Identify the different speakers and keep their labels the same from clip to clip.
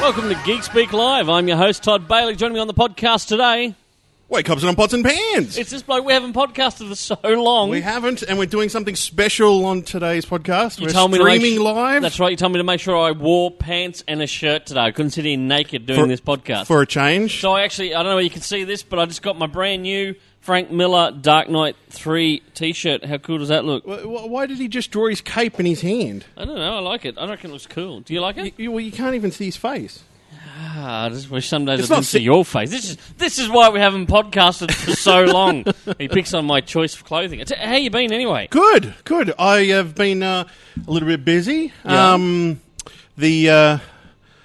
Speaker 1: welcome to Geek Speak Live. I'm your host, Todd Bailey. Joining me on the podcast today,
Speaker 2: Wake up on pots and pans.
Speaker 1: it's this bloke we haven't podcasted for so long.
Speaker 2: we haven't, and we're doing something special on today's podcast.
Speaker 1: You
Speaker 2: we're
Speaker 1: told me to make
Speaker 2: streaming
Speaker 1: su-
Speaker 2: live
Speaker 1: That's right. You told me to make sure I wore pants and a shirt today. I couldn't sit in naked doing
Speaker 2: For-
Speaker 1: this podcast.
Speaker 2: for a change.
Speaker 1: so I actually, I don't know whether you can see this, but I just got my brand new Frank Miller Dark Knight 3 t-shirt. How cool does that look?
Speaker 2: Wh- wh- Why did he just draw his cape in his hand?
Speaker 1: I don't know. I like it. I reckon it looks cool. Do you like it?
Speaker 2: You- you- well, you can't even see his face.
Speaker 1: Ah, I just wish some days
Speaker 2: It's
Speaker 1: I
Speaker 2: not
Speaker 1: could see
Speaker 2: si-
Speaker 1: your face. This is this is why we haven't podcasted for so long. he picks on my choice of clothing. It's- How you been anyway?
Speaker 2: Good, good. I have been uh, a little bit busy.
Speaker 1: Yeah.
Speaker 2: Um, the uh,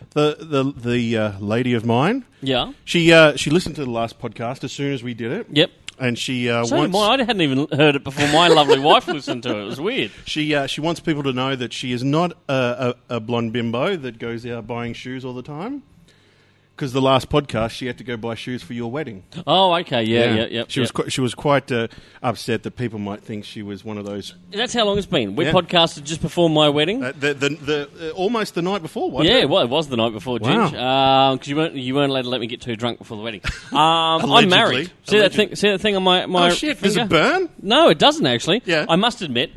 Speaker 2: the the the uh, lady of mine,
Speaker 1: Yeah.
Speaker 2: she uh, she listened to the last podcast as soon as we did it.
Speaker 1: Yep.
Speaker 2: and she uh,
Speaker 1: So
Speaker 2: wants
Speaker 1: did mine. I hadn't even heard it before. My lovely wife listened to it. It was weird.
Speaker 2: She uh, she wants people to know that she is not a, a, a blonde bimbo that goes out buying shoes all the time. Because the last podcast, she had to go buy shoes for your wedding.
Speaker 1: Oh, okay. Yeah, yeah, yeah. yeah
Speaker 2: she was quite, she was quite uh, upset that people might think she was one of those.
Speaker 1: That's how long it's been. We
Speaker 2: Yeah.
Speaker 1: podcasted just before my wedding.
Speaker 2: Uh, the, the, the, uh, almost the night before, wasn't
Speaker 1: yeah,
Speaker 2: it?
Speaker 1: well, it was the night before,
Speaker 2: Wow.
Speaker 1: Ginge. Because you weren't you weren't allowed to let me get too drunk before the wedding. Um, I'm
Speaker 2: Allegedly.
Speaker 1: married. See that thing? See that thing on my my
Speaker 2: Oh shit! Does
Speaker 1: finger?
Speaker 2: it burn?
Speaker 1: No, it doesn't actually.
Speaker 2: Yeah.
Speaker 1: I must admit,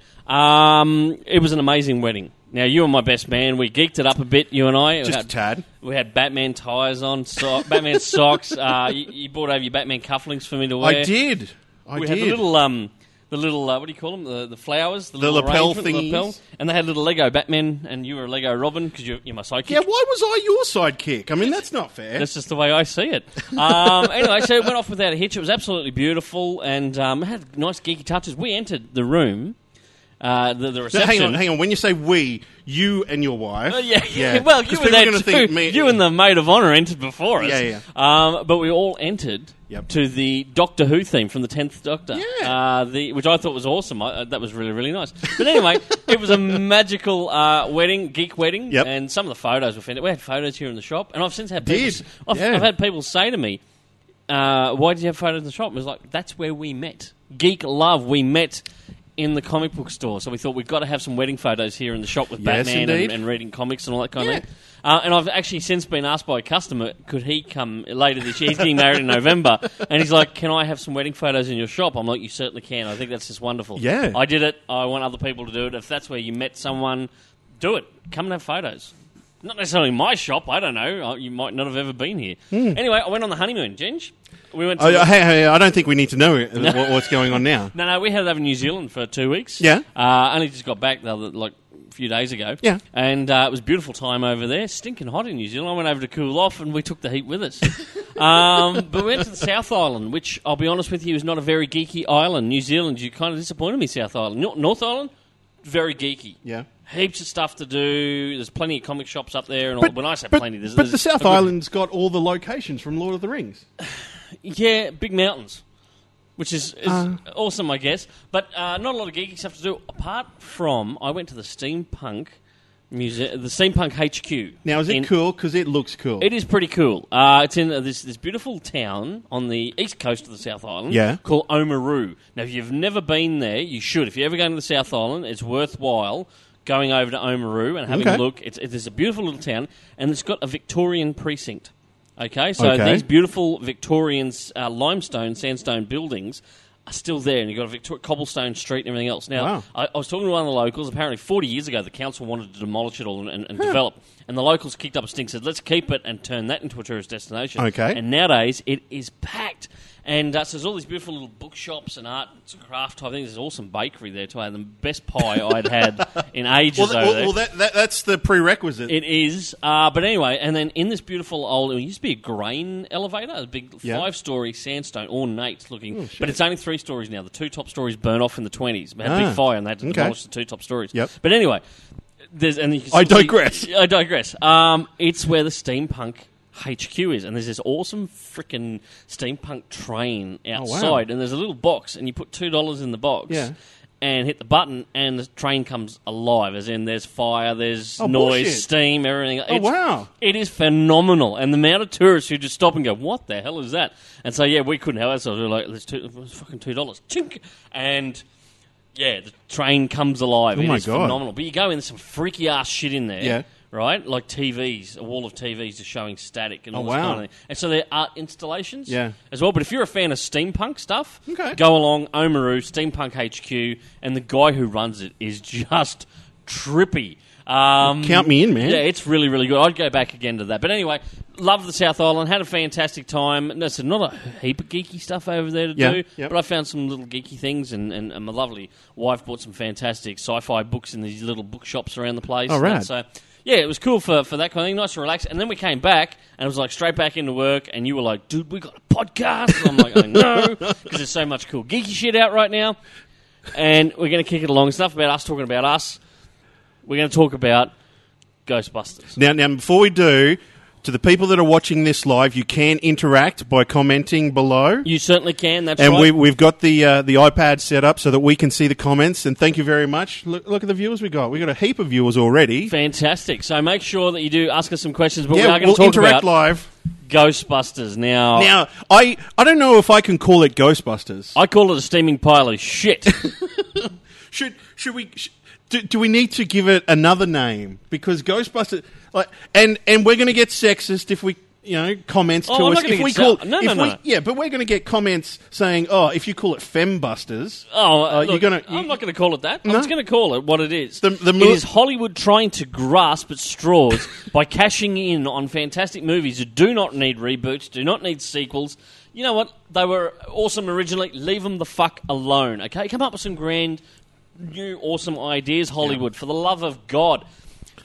Speaker 1: um, it was an amazing wedding. Now you were my best man. We geeked it up a bit, you and I.
Speaker 2: Just
Speaker 1: we
Speaker 2: a tad.
Speaker 1: We had Batman tires on, so- Batman socks. Uh, you, you brought over your Batman cufflinks for me to wear.
Speaker 2: I did. I
Speaker 1: We had
Speaker 2: did.
Speaker 1: the little um, the little uh, what do you call them? The, the flowers, the, little
Speaker 2: lapel
Speaker 1: arrangement, the
Speaker 2: thingies.
Speaker 1: and they had little Lego Batman, and you were a Lego Robin because you're, you're my sidekick.
Speaker 2: yeah. Why was I your sidekick? I mean, that's not fair.
Speaker 1: That's just the way I see it. Um, anyway, so it went off without a hitch. It was absolutely beautiful and um, it had nice geeky touches. We entered the room, uh, the, the
Speaker 2: So
Speaker 1: reception.
Speaker 2: hang on, hang on. When you say we, you and your wife,
Speaker 1: Uh, yeah, yeah. well, you
Speaker 2: 'Cause
Speaker 1: were
Speaker 2: people
Speaker 1: there
Speaker 2: are
Speaker 1: too.
Speaker 2: gonna think me-
Speaker 1: you and the maid of honour entered before us.
Speaker 2: Yeah, yeah.
Speaker 1: Um, but we all entered
Speaker 2: Yep.
Speaker 1: to the Doctor Who theme from the Tenth Doctor.
Speaker 2: Yeah.
Speaker 1: Uh, the, which I thought was awesome. I, uh, that was really, really nice. But anyway, it was a magical uh, wedding, geek wedding,
Speaker 2: Yep.
Speaker 1: and some of the photos were fantastic. We had photos here in the shop, and I've since had people,
Speaker 2: Did,
Speaker 1: I've,
Speaker 2: yeah.
Speaker 1: I've had people say to me. Uh, why did you have photos in the shop? And it was like, that's where we met. Geek love, we met in the comic book store. So we thought we've got to have some wedding photos here in the shop with
Speaker 2: Yes,
Speaker 1: Batman and,
Speaker 2: indeed.
Speaker 1: and reading comics and all that kind
Speaker 2: Yeah.
Speaker 1: of thing. Uh, and I've actually since been asked by a customer, could he come later this year? He's getting married in November, and he's like, "Can I have some wedding photos in your shop?" I'm like, "You certainly can. I think that's just wonderful.
Speaker 2: Yeah.
Speaker 1: I did it. I want other people to do it. If that's where you met someone, do it. Come and have photos. Not necessarily my shop. I don't know. I- You might not have ever been here. Anyway, I went on the honeymoon, Ginge. We went. To
Speaker 2: Hmm. Oh, yeah, hey, hey, I don't think we need to know uh, what, what's going on now.
Speaker 1: No, no, we had it over in New Zealand for two weeks.
Speaker 2: Yeah.
Speaker 1: Uh, only just got back the other, like a few days ago.
Speaker 2: Yeah.
Speaker 1: And uh, it was a beautiful time over there, stinking hot in New Zealand. I went over to cool off and we took the heat with us. um, but we went to the South Island, which I'll be honest with you is not a very geeky island. New Zealand, you kind of disappointed me, South Island. Nor- North Island, very geeky.
Speaker 2: Yeah.
Speaker 1: Heaps of stuff to do. There's plenty of comic shops up there. And all, when I say
Speaker 2: but,
Speaker 1: plenty, there's,
Speaker 2: but
Speaker 1: there's
Speaker 2: the
Speaker 1: a
Speaker 2: South
Speaker 1: good-
Speaker 2: Island's got all the locations from Lord of the Rings.
Speaker 1: Yeah, big mountains, which is, is awesome, I guess. But uh, not a lot of geeky stuff to do apart from I went to the steampunk museum, the steampunk HQ.
Speaker 2: Now, is it
Speaker 1: in-
Speaker 2: cool? Because it looks cool.
Speaker 1: It is pretty cool. Uh, it's in uh, this this beautiful town on the east coast of the South Island.
Speaker 2: Yeah.
Speaker 1: called Oamaru. Now, if you've never been there, you should. If you're ever going to the South Island, it's worthwhile going over to Oamaru and having a
Speaker 2: Okay.
Speaker 1: look. It's, it is a beautiful little town, and it's got a Victorian precinct. Okay, so
Speaker 2: Okay.
Speaker 1: these beautiful Victorian uh, limestone, sandstone buildings are still there, and you've got a Victor- cobblestone street and everything else. Now,
Speaker 2: Wow.
Speaker 1: I, I was talking to one of the locals. Apparently, 40 years ago, the council wanted to demolish it all and, and, and develop. And the locals kicked up a stink, said, let's keep it and turn that into a tourist destination.
Speaker 2: Okay.
Speaker 1: And nowadays, it is packed. And uh, so there's all these beautiful little bookshops and art and craft type things. There's an awesome bakery there, too. I had the best pie I'd had in ages
Speaker 2: well, th-
Speaker 1: over
Speaker 2: well,
Speaker 1: there.
Speaker 2: well, that, that, that's the prerequisite.
Speaker 1: eh? It is. Uh, but anyway, and then in this beautiful old, it used to be a grain elevator, a big
Speaker 2: Yeah. Oh,
Speaker 1: five story sandstone, ornate looking. but it's only three stories now. The two top stories burn off in the 20s. We had a
Speaker 2: Ah.
Speaker 1: big fire and they had to
Speaker 2: Okay.
Speaker 1: demolish the two top stories.
Speaker 2: Yep.
Speaker 1: But anyway, there's, and you can
Speaker 2: I
Speaker 1: still see-
Speaker 2: digress.
Speaker 1: I digress. Um, it's where the steampunk HQ is, and there's this awesome freaking steampunk train
Speaker 2: Oh,
Speaker 1: outside, and there's a little box, and you put two dollars in the box.
Speaker 2: Yeah.
Speaker 1: And hit the button, and the train comes alive. As in, there's fire, there's
Speaker 2: Oh,
Speaker 1: noise,
Speaker 2: bullshit.
Speaker 1: steam, everything. It's,
Speaker 2: Oh, wow.
Speaker 1: It is phenomenal, and the amount of tourists who just stop and go, "What the hell is that?" And so, yeah, we couldn't help ourselves. We were like, "It's two, it's fucking two dollars," chink, and yeah, the train comes alive.
Speaker 2: Oh
Speaker 1: It
Speaker 2: my
Speaker 1: is
Speaker 2: God.
Speaker 1: phenomenal. But you go in, there's some freaky ass shit in there.
Speaker 2: Yeah.
Speaker 1: right? Like TVs, a wall of TVs is showing static and
Speaker 2: Oh,
Speaker 1: all this
Speaker 2: wow.
Speaker 1: kind of thing. And so they're art installations
Speaker 2: Yeah.
Speaker 1: as well. But if you're a fan of steampunk stuff,
Speaker 2: Okay.
Speaker 1: go along Omaru, Steampunk HQ, and the guy who runs it is just trippy. Um,
Speaker 2: Count me in, man.
Speaker 1: Yeah, it's really, really good. I'd go back again to that. But anyway, love the South Island. Had a fantastic time. No, so not a heap of geeky stuff over there to
Speaker 2: Yeah,
Speaker 1: do,
Speaker 2: yeah.
Speaker 1: but I found some little geeky things, and, and, and my lovely wife bought some fantastic sci-fi books in these little bookshops around the place.
Speaker 2: Oh,
Speaker 1: And
Speaker 2: rad.
Speaker 1: So yeah, it was cool for, for that kind of thing. Nice and relaxed. And then we came back, and it was like straight back into work. And you were like, "Dude, we got a podcast." And I'm like, "I know," because there's so much cool geeky shit out right now. And we're going to kick it along. It's enough about us talking about us. We're going to talk about Ghostbusters.
Speaker 2: Now, now, before we do, to the people that are watching this live, you can interact by commenting below.
Speaker 1: You certainly can. That's
Speaker 2: and
Speaker 1: right.
Speaker 2: we, we've got the uh, the iPad set up so that we can see the comments. And thank you very much. Look, look at the viewers we got. We got a heap of viewers already.
Speaker 1: Fantastic. So make sure that you do ask us some questions, but we
Speaker 2: yeah,
Speaker 1: are going
Speaker 2: we'll
Speaker 1: to talk
Speaker 2: interact
Speaker 1: about
Speaker 2: live.
Speaker 1: Ghostbusters now.
Speaker 2: Now, I I don't know if I can call it Ghostbusters.
Speaker 1: I call it a steaming pile of shit.
Speaker 2: Uh, Should should we? Sh- do, do we need to give it another name because Ghostbusters? Like, and and we're going to get sexist if we. You know, comments
Speaker 1: Oh,
Speaker 2: to
Speaker 1: I'm
Speaker 2: us
Speaker 1: not gonna
Speaker 2: if we
Speaker 1: get
Speaker 2: call
Speaker 1: se- no,
Speaker 2: if
Speaker 1: no,
Speaker 2: we-
Speaker 1: no.
Speaker 2: yeah, but we're going to get comments saying, "Oh, if you call it Fembusters,
Speaker 1: Oh,
Speaker 2: Uh,
Speaker 1: look,
Speaker 2: you're gonna-
Speaker 1: I'm
Speaker 2: you-
Speaker 1: not going to call it that. I'm just going to call it what it is.
Speaker 2: The- the
Speaker 1: it
Speaker 2: mo-
Speaker 1: is Hollywood trying to grasp at straws by cashing in on fantastic movies that do not need reboots, do not need sequels. You know what? They were awesome originally. Leave them the fuck alone. Okay, come up with some grand, new, awesome ideas, Hollywood. For the love of God,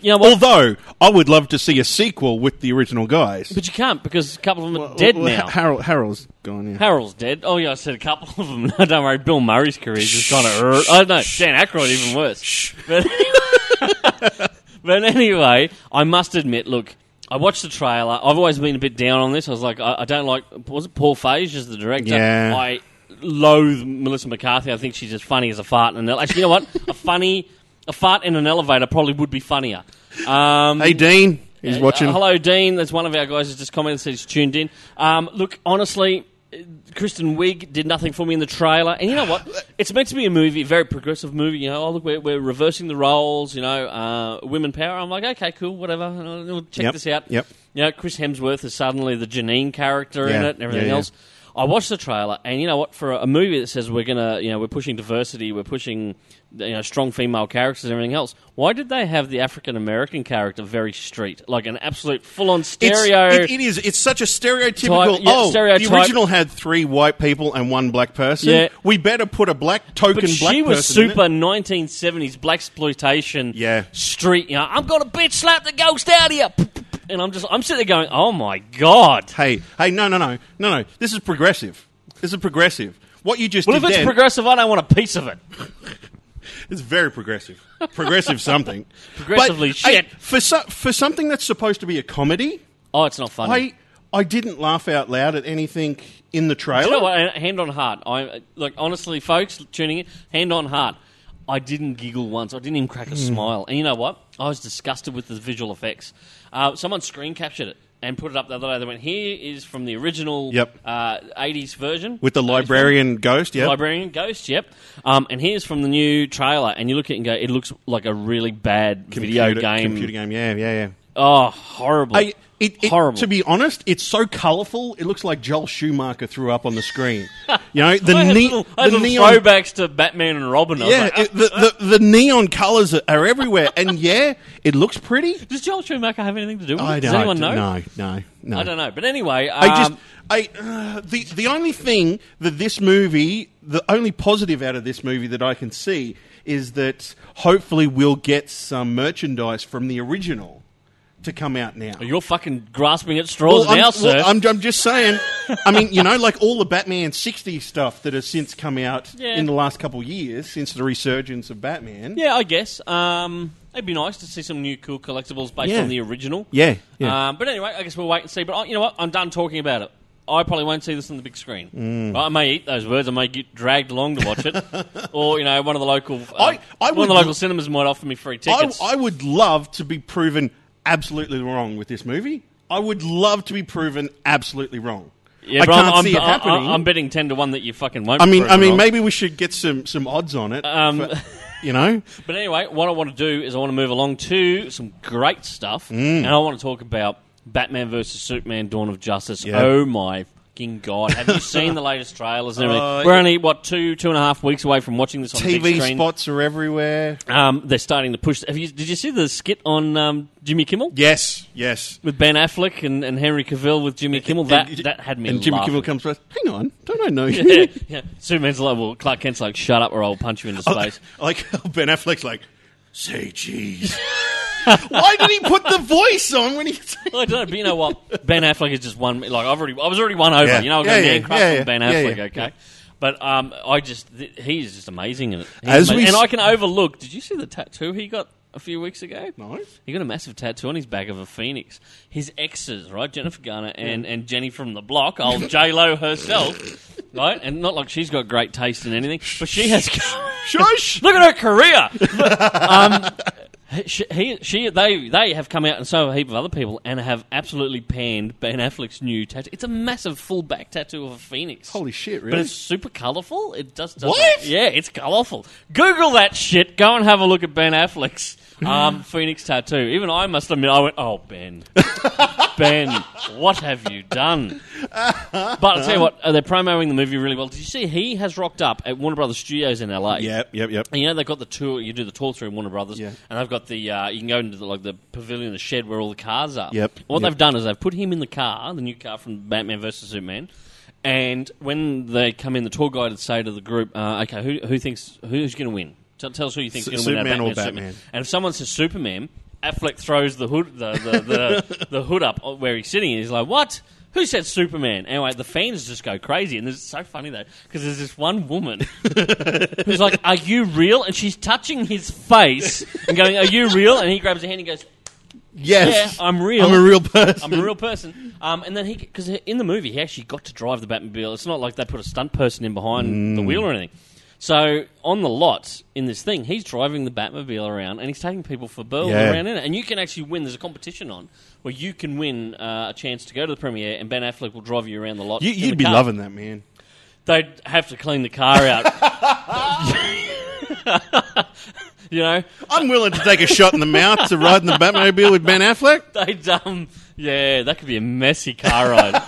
Speaker 1: you know what?
Speaker 2: Although I would love to see a sequel with the original guys.
Speaker 1: but you can't because a couple of them are dead
Speaker 2: Well,
Speaker 1: now.
Speaker 2: Harold, Harold's gone. Yeah.
Speaker 1: Harold's dead. Oh yeah, I said a couple of them. No, don't worry. Bill Murray's career is just kind of. I know. Oh, Dan Aykroyd even worse. But, but anyway, I must admit. Look, I watched the trailer. I've always been a bit down on this. I was like, I, I don't like. Was it Paul Feig as the director?
Speaker 2: Yeah.
Speaker 1: I loathe Melissa McCarthy. I think she's as funny as a fart in an elevator. Actually, you know what? a funny, a fart in an elevator probably would be funnier. Um,
Speaker 2: Hey, Dean, he's
Speaker 1: uh,
Speaker 2: watching.
Speaker 1: hello, Dean. That's one of our guys who's just commented and said he's tuned in. Um, look, honestly, uh, Kristen Wiig did nothing for me in the trailer. And you know what? It's meant to be a movie, a very progressive movie. You know, oh, look, we're, we're reversing the roles, you know, uh, women power. I'm like, okay, cool, whatever. Uh, We'll check
Speaker 2: Yep,
Speaker 1: this out.
Speaker 2: yep.
Speaker 1: You know, Chris Hemsworth is suddenly the Janine character in
Speaker 2: Yeah,
Speaker 1: it and everything
Speaker 2: yeah, yeah.
Speaker 1: else. I watched the trailer, and you know what? For a a movie that says we're gonna, you know, we're pushing diversity, we're pushing, you know, strong female characters and everything else. Why did they have the African American character very street, like an absolute full-on
Speaker 2: It's-
Speaker 1: stereo?
Speaker 2: it- it is. It's such a stereotypical.
Speaker 1: Type- yeah,
Speaker 2: oh,
Speaker 1: stereotype.
Speaker 2: the original had three white people and one black person.
Speaker 1: Yeah.
Speaker 2: We better put a black token
Speaker 1: but
Speaker 2: black
Speaker 1: she was
Speaker 2: person in it.
Speaker 1: super 1970s black exploitation
Speaker 2: Yeah.
Speaker 1: street. You know, I'm gonna bitch slap the ghost out of you, and I'm just I'm sitting there going, oh my god.
Speaker 2: Hey, hey, no, no, no, no, no. This is progressive. This is progressive. What you just
Speaker 1: Well, if
Speaker 2: did
Speaker 1: it's
Speaker 2: then
Speaker 1: progressive, I don't want a piece of it.
Speaker 2: is very progressive. Progressive something.
Speaker 1: Progressively
Speaker 2: But,
Speaker 1: shit.
Speaker 2: Hey, for so, for something that's supposed to be a comedy,
Speaker 1: Oh, it's not funny.
Speaker 2: I I didn't laugh out loud at anything in the trailer.
Speaker 1: You know what? And Hand on heart. I uh, look honestly, folks tuning in. Hand on heart. I didn't giggle once. I didn't even
Speaker 2: Hmm.
Speaker 1: crack a smile. And you know what? I was disgusted with the visual effects. Uh, someone screen captured it and put it up the other day. They went, "Here is from the original
Speaker 2: Yep.
Speaker 1: uh, '80s version
Speaker 2: With the librarian ghost, yeah.
Speaker 1: Librarian Ghost, yep. Um, and here's from the new trailer, and you look at it and go, it looks like a really bad video game.
Speaker 2: Computer game, yeah, yeah, yeah.
Speaker 1: Oh, horrible.
Speaker 2: I, it, it-
Speaker 1: horrible.
Speaker 2: To be honest, it's so colourful. It looks like Joel Schumacher threw up on the screen. You know the
Speaker 1: I had
Speaker 2: ne-
Speaker 1: little, I had
Speaker 2: the
Speaker 1: little
Speaker 2: neon.
Speaker 1: throwbacks to Batman and Robin. I was
Speaker 2: Yeah,
Speaker 1: like,
Speaker 2: it- the, the, the neon colours are- are everywhere, and yeah, it looks pretty.
Speaker 1: Does Joel Schumacher have anything to do with
Speaker 2: I
Speaker 1: it? Does
Speaker 2: don't-
Speaker 1: anyone know?
Speaker 2: No, no, no.
Speaker 1: I don't know. But anyway, um,
Speaker 2: I just I uh, the the only thing that this movie, the only positive out of this movie that I can see is that hopefully we'll get some merchandise from the original to come out now.
Speaker 1: you're fucking grasping at straws
Speaker 2: Well,
Speaker 1: now,
Speaker 2: I'm,
Speaker 1: sir.
Speaker 2: well, I'm, I'm just saying. I mean, you know, like all the Batman 60 stuff that has since come out
Speaker 1: Yeah.
Speaker 2: in the last couple of years, since the resurgence of Batman.
Speaker 1: yeah, I guess. Um, it'd be nice to see some new cool collectibles based
Speaker 2: Yeah.
Speaker 1: on the original.
Speaker 2: Yeah, yeah.
Speaker 1: Um, but anyway, I guess we'll wait and see. But I, you know what? I'm done talking about it. I probably won't see this on the big screen.
Speaker 2: Mm.
Speaker 1: Right, I may eat those words. I may get dragged along to watch it, or you know, one of the local uh,
Speaker 2: I-
Speaker 1: one
Speaker 2: I
Speaker 1: of the
Speaker 2: would-
Speaker 1: local cinemas might offer me free
Speaker 2: I,
Speaker 1: tickets.
Speaker 2: I would love to be proven absolutely wrong with this movie. I would love to be proven absolutely wrong.
Speaker 1: yeah,
Speaker 2: I
Speaker 1: but
Speaker 2: can't
Speaker 1: I'm,
Speaker 2: see
Speaker 1: I'm,
Speaker 2: it happening.
Speaker 1: I, am betting ten to one that you fucking won't.
Speaker 2: I
Speaker 1: be
Speaker 2: mean, I
Speaker 1: proven
Speaker 2: mean,
Speaker 1: wrong.
Speaker 2: maybe we should get some, some odds on it.
Speaker 1: Um,
Speaker 2: for- you know?
Speaker 1: But anyway, what I want to do is I want to move along to some great stuff,
Speaker 2: Mm.
Speaker 1: and I want to talk about Batman versus Superman: Dawn of Justice.
Speaker 2: Yeah.
Speaker 1: Oh my fucking god! Have you seen the latest trailers and everything?
Speaker 2: Uh,
Speaker 1: We're only what two two and a half weeks away from watching this on the big
Speaker 2: TV
Speaker 1: screen.
Speaker 2: spots are everywhere.
Speaker 1: Um, they're starting to push. Have you, did you see the skit on um, Jimmy Kimmel?
Speaker 2: Yes, yes.
Speaker 1: With Ben Affleck and, and Henry Cavill with Jimmy Kimmel, that,
Speaker 2: And-
Speaker 1: that had me
Speaker 2: And Jimmy
Speaker 1: laughing.
Speaker 2: Kimmel comes to us, hang on, don't I know
Speaker 1: yeah,
Speaker 2: you?
Speaker 1: yeah. Superman's like, well, Clark Kent's like, shut up or I'll punch you into space.
Speaker 2: like Ben Affleck's like, say cheese. Why did he put the voice on when he...
Speaker 1: I don't know, but you know what? Ben Affleck is just one. Like I've already, I was already won over.
Speaker 2: Yeah.
Speaker 1: You know, I got
Speaker 2: Yeah,
Speaker 1: yeah,
Speaker 2: yeah,
Speaker 1: man crush
Speaker 2: yeah,
Speaker 1: on Ben
Speaker 2: yeah,
Speaker 1: Affleck.
Speaker 2: yeah,
Speaker 1: okay, but um, I just th- he is just amazing in it. He's
Speaker 2: As we
Speaker 1: amazing. and
Speaker 2: s-
Speaker 1: I can overlook. Did you see the tattoo he got a few weeks ago?
Speaker 2: No.
Speaker 1: He got a massive tattoo on his back of a phoenix. His exes, right? Jennifer Garner and, and Jenny from the block, old J Lo herself, right? And not like she's got great taste in anything, but she has.
Speaker 2: Shush!
Speaker 1: Look at her career. Look, um, she, he, she, they, they have come out, and so have a heap of other people, and have absolutely panned Ben Affleck's new tattoo. It's a massive full back tattoo of a phoenix.
Speaker 2: Holy shit,
Speaker 1: But
Speaker 2: really?
Speaker 1: it's super colourful. It just doesn't-
Speaker 2: What?
Speaker 1: Yeah, it's colourful. Google that shit. Go and have a look at Ben Affleck's um, phoenix tattoo. Even I must admit, I went, "Oh, Ben, Ben, what have you done?" But I'll tell you what, uh, they're promoting the movie really well. Did you see he has rocked up at Warner Brothers Studios in LA?
Speaker 2: Yep, yep, yep.
Speaker 1: And you know they've got the tour. You do the tour through Warner Brothers,
Speaker 2: Yeah.
Speaker 1: and they've got the uh, you can go into the, like the pavilion, the shed where all the cars are.
Speaker 2: Yep,
Speaker 1: What
Speaker 2: yep.
Speaker 1: they've done is they've put him in the car, the new car from Batman versus Superman. And when they come in, the tour guide would say to the group, uh, "Okay, who, who thinks who's going to win? Tell, tell us who you think's
Speaker 2: Su-
Speaker 1: going to win." out of
Speaker 2: Superman or
Speaker 1: Superman.
Speaker 2: Batman?
Speaker 1: And if someone says Superman, Affleck throws the hood the the, the, the hood up where he's sitting, and he's like, "What?" Who said Superman? Anyway, the fans just go crazy, and it's so funny though because there's this one woman who's like, "Are you real?" And she's touching his face and going, "Are you real?" And he grabs her hand and goes, "Yeah,
Speaker 2: Yes.
Speaker 1: I'm real.
Speaker 2: I'm a real person.
Speaker 1: I'm a real person." Um, and then he, because in the movie he actually got to drive the Batmobile. It's not like they put a stunt person in behind
Speaker 2: Mm.
Speaker 1: the wheel or anything. So on the lot in this thing, he's driving the Batmobile around and he's taking people for Berlin
Speaker 2: Yeah.
Speaker 1: around in it. And you can actually win. There's a competition on where you can win uh, a chance to go to the premiere, and Ben Affleck will drive you around the lot.
Speaker 2: You,
Speaker 1: in
Speaker 2: you'd
Speaker 1: the
Speaker 2: be
Speaker 1: car.
Speaker 2: loving that, man.
Speaker 1: They'd have to clean the car out. you know,
Speaker 2: I'm willing to take a shot in the mouth to ride in the Batmobile with Ben Affleck.
Speaker 1: they'd um, yeah, that could be a messy car ride.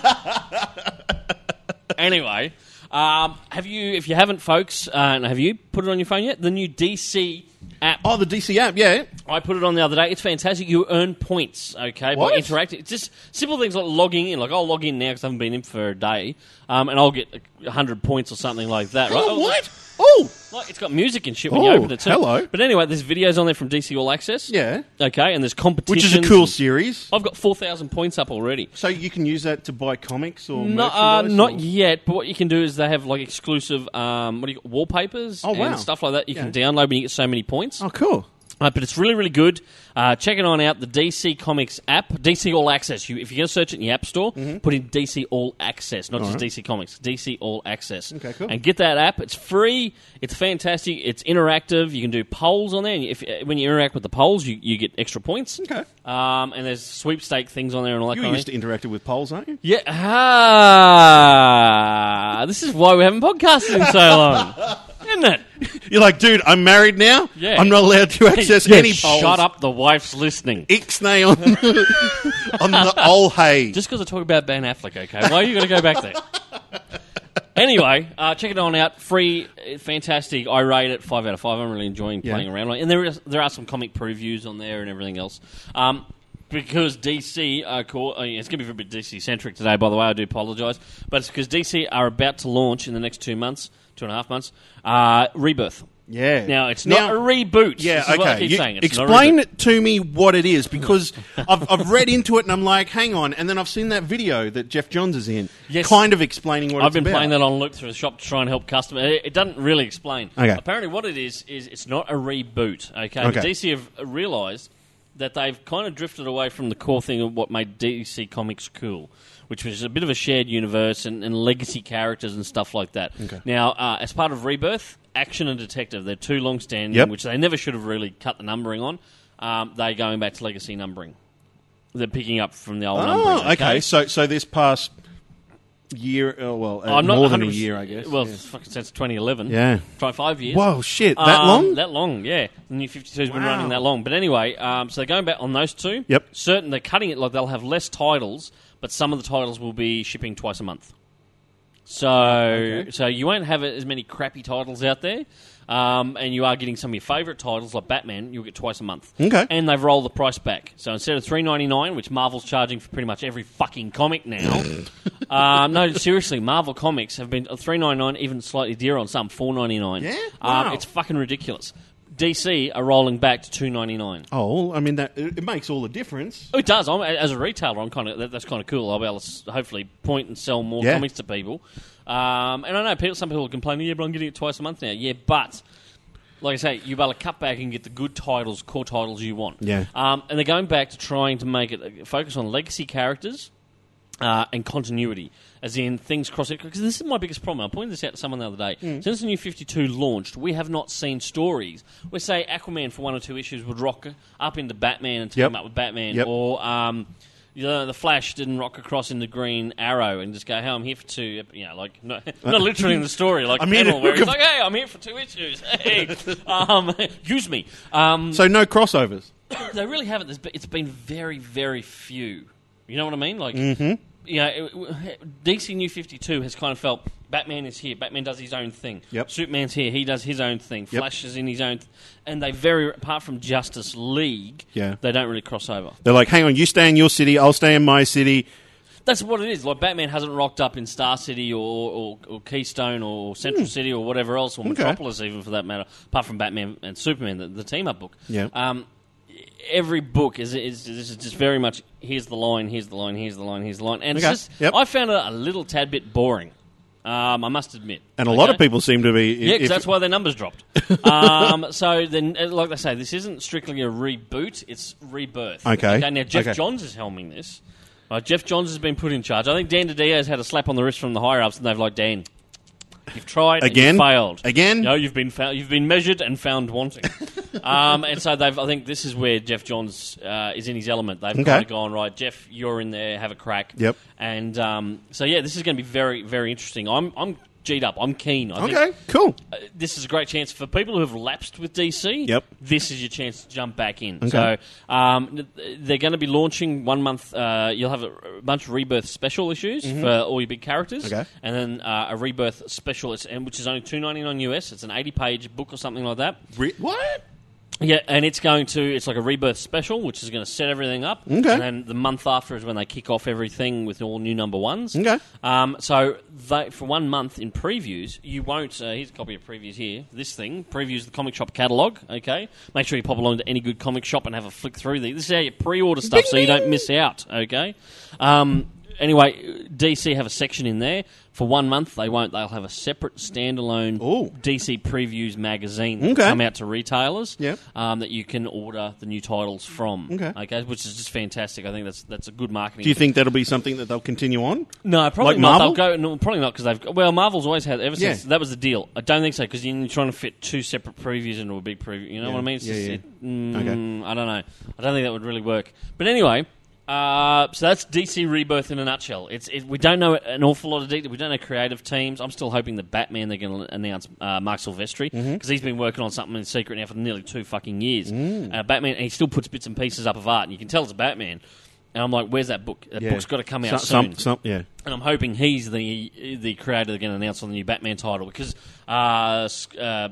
Speaker 1: anyway, um, have you, if you haven't, folks, uh, and have you put it on your phone yet? The new DC app.
Speaker 2: Oh, the DC app, yeah.
Speaker 1: I put it on the other day. It's fantastic. You earn points, okay,
Speaker 2: What?
Speaker 1: by interacting. It's just simple things like logging in. Like I'll log in now because I haven't been in for a day, um, and I'll get hundred points or something like that. Right?
Speaker 2: Oh,
Speaker 1: Oh,
Speaker 2: what? Oh,
Speaker 1: Like, it's got music and shit when you
Speaker 2: Oh,
Speaker 1: open it too.
Speaker 2: hello.
Speaker 1: But anyway, there's videos on there from DC All Access.
Speaker 2: yeah.
Speaker 1: Okay, and there's competitions.
Speaker 2: Which is a cool
Speaker 1: and-
Speaker 2: series.
Speaker 1: I've got four thousand points up already.
Speaker 2: So you can use that to buy comics or
Speaker 1: No, uh,
Speaker 2: merchandise
Speaker 1: not
Speaker 2: or-
Speaker 1: yet. But what you can do is they have like exclusive, um, what do you got, wallpapers
Speaker 2: Oh, wow.
Speaker 1: and stuff like that. You
Speaker 2: Yeah.
Speaker 1: can download when you get so many points.
Speaker 2: Oh, cool.
Speaker 1: Uh, but it's really, really good. Uh, check it on out the DC Comics app, DC All Access. You, if you're going to search it in the App Store, put in DC All Access, not just
Speaker 2: Mm-hmm. right.
Speaker 1: DC Comics, DC All Access.
Speaker 2: Okay, cool.
Speaker 1: And get that app. It's free. It's fantastic. It's interactive. You can do polls on there. And if uh, when you interact with the polls, you, you get extra points.
Speaker 2: Okay.
Speaker 1: Um, and there's sweepstake things on there and all that
Speaker 2: You're
Speaker 1: kind of
Speaker 2: used to interacting with polls, aren't you?
Speaker 1: yeah. Ah, this is why we haven't podcasted in so long, isn't it?
Speaker 2: You're like, dude, I'm married now.
Speaker 1: Yeah.
Speaker 2: I'm not allowed to access
Speaker 1: Yeah,
Speaker 2: any polls.
Speaker 1: shut up. The wife's listening.
Speaker 2: Ixnay on, on the old hay.
Speaker 1: Just because I talk about Ben Affleck, okay? Why are you going to go back there? anyway, uh, check it on out. Free, uh, fantastic. I rate it five out of five. I'm really enjoying
Speaker 2: Yeah.
Speaker 1: playing around. And there is, there are some comic previews on there and everything else. Um, because DC are cool. I mean, uh, it's going to be a bit DC centric today, by the way. I do apologise, but it's because DC are about to launch in the next two months, two and a half months. Uh, Rebirth.
Speaker 2: yeah.
Speaker 1: Now it's not a reboot.
Speaker 2: Yeah,
Speaker 1: This is
Speaker 2: okay.
Speaker 1: What I keep
Speaker 2: You-
Speaker 1: saying. It's not a
Speaker 2: explain
Speaker 1: reboot.
Speaker 2: it to me what it is because I've, I've read into it and I'm like, hang on. And then I've seen that video that Jeff Johns is in,
Speaker 1: Yes.
Speaker 2: kind of explaining what
Speaker 1: I've
Speaker 2: it's
Speaker 1: been
Speaker 2: about.
Speaker 1: playing that on loop through the shop to try and help customers. It, it doesn't really explain.
Speaker 2: Okay.
Speaker 1: Apparently, what it is is it's not a reboot. Okay.
Speaker 2: Okay.
Speaker 1: But DC have realised that they've kind of drifted away from the core thing of what made DC Comics cool, which was a bit of a shared universe and, and legacy characters and stuff like that.
Speaker 2: Okay.
Speaker 1: Now, uh, as part of Rebirth, Action and Detective, they're two long-standing,
Speaker 2: Yep.
Speaker 1: which they never should have really cut the numbering on. Um, they're going back to legacy numbering. They're picking up from the old numbering.
Speaker 2: Oh, okay. So, so this past year. Oh, well, uh,
Speaker 1: I'm not
Speaker 2: more than a
Speaker 1: 100%
Speaker 2: year, I guess.
Speaker 1: Well,
Speaker 2: yeah.
Speaker 1: fucking since 2011.
Speaker 2: Yeah.
Speaker 1: Try five years.
Speaker 2: Whoa, shit, that
Speaker 1: Um,
Speaker 2: long?
Speaker 1: That long, yeah. The new 52's been
Speaker 2: Wow.
Speaker 1: running that long. But anyway, um, so they're going back on those two.
Speaker 2: Yep.
Speaker 1: Certain they're cutting it like they'll have less titles, but some of the titles will be shipping twice a month. So, so you won't have as many crappy titles out there, um, and you are getting some of your favourite titles like Batman. You'll get twice a month.
Speaker 2: Okay.
Speaker 1: And they've rolled the price back. So instead of three ninety nine, which Marvel's charging for pretty much every fucking comic now, um, no, seriously, Marvel comics have been uh, three ninety nine, even slightly dearer on some four ninety nine.
Speaker 2: Yeah?
Speaker 1: um,
Speaker 2: Wow.
Speaker 1: it's fucking ridiculous. DC are rolling back to two ninety nine.
Speaker 2: oh, well, I mean, that it it makes all the difference.
Speaker 1: Oh, It does. I'm, as a retailer, I'm kind of that, that's kind of cool. I'll be able to s- hopefully point and sell more
Speaker 2: Yeah.
Speaker 1: comics to people. Um, and I know people, some people complain, yeah, but I'm getting it twice a month now. Yeah, but like I say, you'll be able to cut back and get the good titles, core titles you want.
Speaker 2: Yeah.
Speaker 1: Um, and they're going back to trying to make it uh, focus on legacy characters uh, and continuity, as in things crossing. Because this is my biggest problem. I pointed this out to someone the other day. Since the new 52 launched, we have not seen stories where, say, Aquaman for one or two issues would rock up into Batman and team
Speaker 2: Yep.
Speaker 1: up with Batman,
Speaker 2: Yep.
Speaker 1: or um, you know, the Flash didn't rock across into Green Arrow and just go, "Hey, I'm here for two, you know, like no, not literally in the story, like
Speaker 2: I'm here to
Speaker 1: Pennell, where
Speaker 2: hook
Speaker 1: he's
Speaker 2: up-
Speaker 1: like, "Hey, I'm here for two issues. Hey, um, use me." Um,
Speaker 2: So no crossovers.
Speaker 1: they really haven't. There's been- It's been very, very few. You know what I mean? Like,
Speaker 2: Mm-hmm.
Speaker 1: yeah, it- it- DC New Fifty Two has kind of felt Batman is here. Batman does his own thing.
Speaker 2: Yep.
Speaker 1: Superman's here. He does his own thing.
Speaker 2: Yep.
Speaker 1: Flash is in his own. Th- and they very apart from Justice League.
Speaker 2: Yeah.
Speaker 1: they don't really cross over.
Speaker 2: They're like, hang on, you stay in your city, I'll stay in my city.
Speaker 1: That's what it is. Like Batman hasn't rocked up in Star City or, or, or Keystone or
Speaker 2: Hmm.
Speaker 1: Central City or whatever else, or Metropolis even for that matter. Apart from Batman and Superman, the, the team up book.
Speaker 2: Yeah.
Speaker 1: Um, every book is, is this is just very much here's the line, here's the line, here's the line, here's the line, and
Speaker 2: Okay.
Speaker 1: it's just
Speaker 2: Yep.
Speaker 1: I found it a little tad bit boring. Um, I must admit.
Speaker 2: And a lot
Speaker 1: Okay?
Speaker 2: of people seem to be.
Speaker 1: Yeah,
Speaker 2: if-
Speaker 1: 'cause that's why their numbers dropped. um, so then, uh, like I say, this isn't strictly a reboot; it's rebirth.
Speaker 2: Okay.
Speaker 1: now Jeff
Speaker 2: Okay.
Speaker 1: Johns is helming this. Right, Jeff Johns has been put in charge. I think Dan DiDio's had a slap on the wrist from the higher ups, and they've like Dan. You've tried
Speaker 2: Again?
Speaker 1: and you failed
Speaker 2: Again?
Speaker 1: No, you've been found. You've been measured and found wanting. um, and so they've. I think this is where Jeff Johns uh, is in his element. They've
Speaker 2: Okay.
Speaker 1: kind of gone right. Jeff, you're in there. Have a crack.
Speaker 2: Yep.
Speaker 1: And um, so yeah, this is going to be very very interesting. I'm I'm g'd up. I'm keen. I think
Speaker 2: okay, cool.
Speaker 1: uh, this is a great chance for people who have lapsed with DC.
Speaker 2: Yep.
Speaker 1: This is your chance to jump back in.
Speaker 2: Okay.
Speaker 1: So um, th- they're going to be launching one month. Uh, you'll have a a bunch of rebirth special issues for all your big characters,
Speaker 2: Mm-hmm. Okay.
Speaker 1: and then uh, a rebirth special, it's, and which is only two ninety nine US. It's an eighty page book or something like that.
Speaker 2: Re- what?
Speaker 1: Yeah, and it's going to it's like a rebirth special, which is going to set everything up.
Speaker 2: Okay.
Speaker 1: And then the month after is when they kick off everything with all new number ones.
Speaker 2: Okay.
Speaker 1: Um, so they, for one month in previews, you won't. Uh, here's a copy of previews here. This thing previews the comic shop catalog. Okay. Make sure you pop along to any good comic shop and have a flick through. The, this is how you pre-order stuff so you don't miss out. Okay. Um, anyway, DC have a section in there. For one month, they won't. They'll have a separate standalone
Speaker 2: Ooh.
Speaker 1: DC previews magazine that'll
Speaker 2: Okay.
Speaker 1: come out to retailers
Speaker 2: Yep.
Speaker 1: um, that you can order the new titles from.
Speaker 2: Okay.
Speaker 1: which is just fantastic. I think that's that's a good marketing.
Speaker 2: Do you think that'll be something that they'll continue on?
Speaker 1: No, probably
Speaker 2: Like
Speaker 1: not.
Speaker 2: Marvel?
Speaker 1: They'll go. No, probably not because they've. Well, Marvel's always had ever since
Speaker 2: Yeah.
Speaker 1: that was the deal. I don't think so because you're trying to fit two separate previews into a big preview. You know
Speaker 2: Yeah.
Speaker 1: what I mean? It's
Speaker 2: Yeah,
Speaker 1: just,
Speaker 2: yeah.
Speaker 1: It, mm,
Speaker 2: Okay.
Speaker 1: I don't know. I don't think that would really work. But anyway. Uh, so that's DC Rebirth in a nutshell. It's it, we don't know an awful lot of detail. We don't know creative teams. I'm still hoping that Batman they're going to announce uh, Mark Silvestri because
Speaker 2: Mm-hmm.
Speaker 1: he's been working on something in secret now for nearly two fucking years.
Speaker 2: Mm.
Speaker 1: Uh, Batman and he still puts bits and pieces up of art, and you can tell it's Batman. And I'm like, where's that book? That book's got to come out
Speaker 2: some,
Speaker 1: soon
Speaker 2: Some, some, yeah.
Speaker 1: and I'm hoping he's the the creator they're going to announce on the new Batman title because uh, S- uh,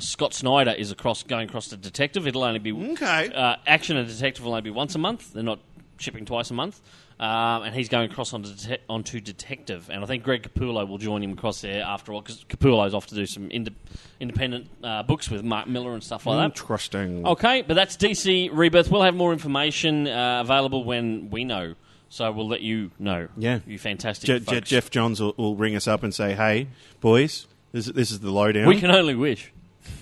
Speaker 1: Scott Snyder is across going across to detective. It'll only be
Speaker 2: Okay.
Speaker 1: uh, action and detective will only be once a month. They're not shipping twice a month. Um, and he's going across onto, dete- onto Detective. And I think Greg Capullo will join him across there after all, because Capullo's off to do some inde- independent uh, books with Mark Miller and stuff
Speaker 2: Mm,
Speaker 1: like that.
Speaker 2: Interesting.
Speaker 1: Okay, but that's DC Rebirth. We'll have more information uh, available when we know. So we'll let you know.
Speaker 2: Yeah.
Speaker 1: You fantastic
Speaker 2: Je- Je-
Speaker 1: folks.
Speaker 2: Jeff Johns will, will ring us up and say, "Hey, boys, this, this is the lowdown.
Speaker 1: We can only wish.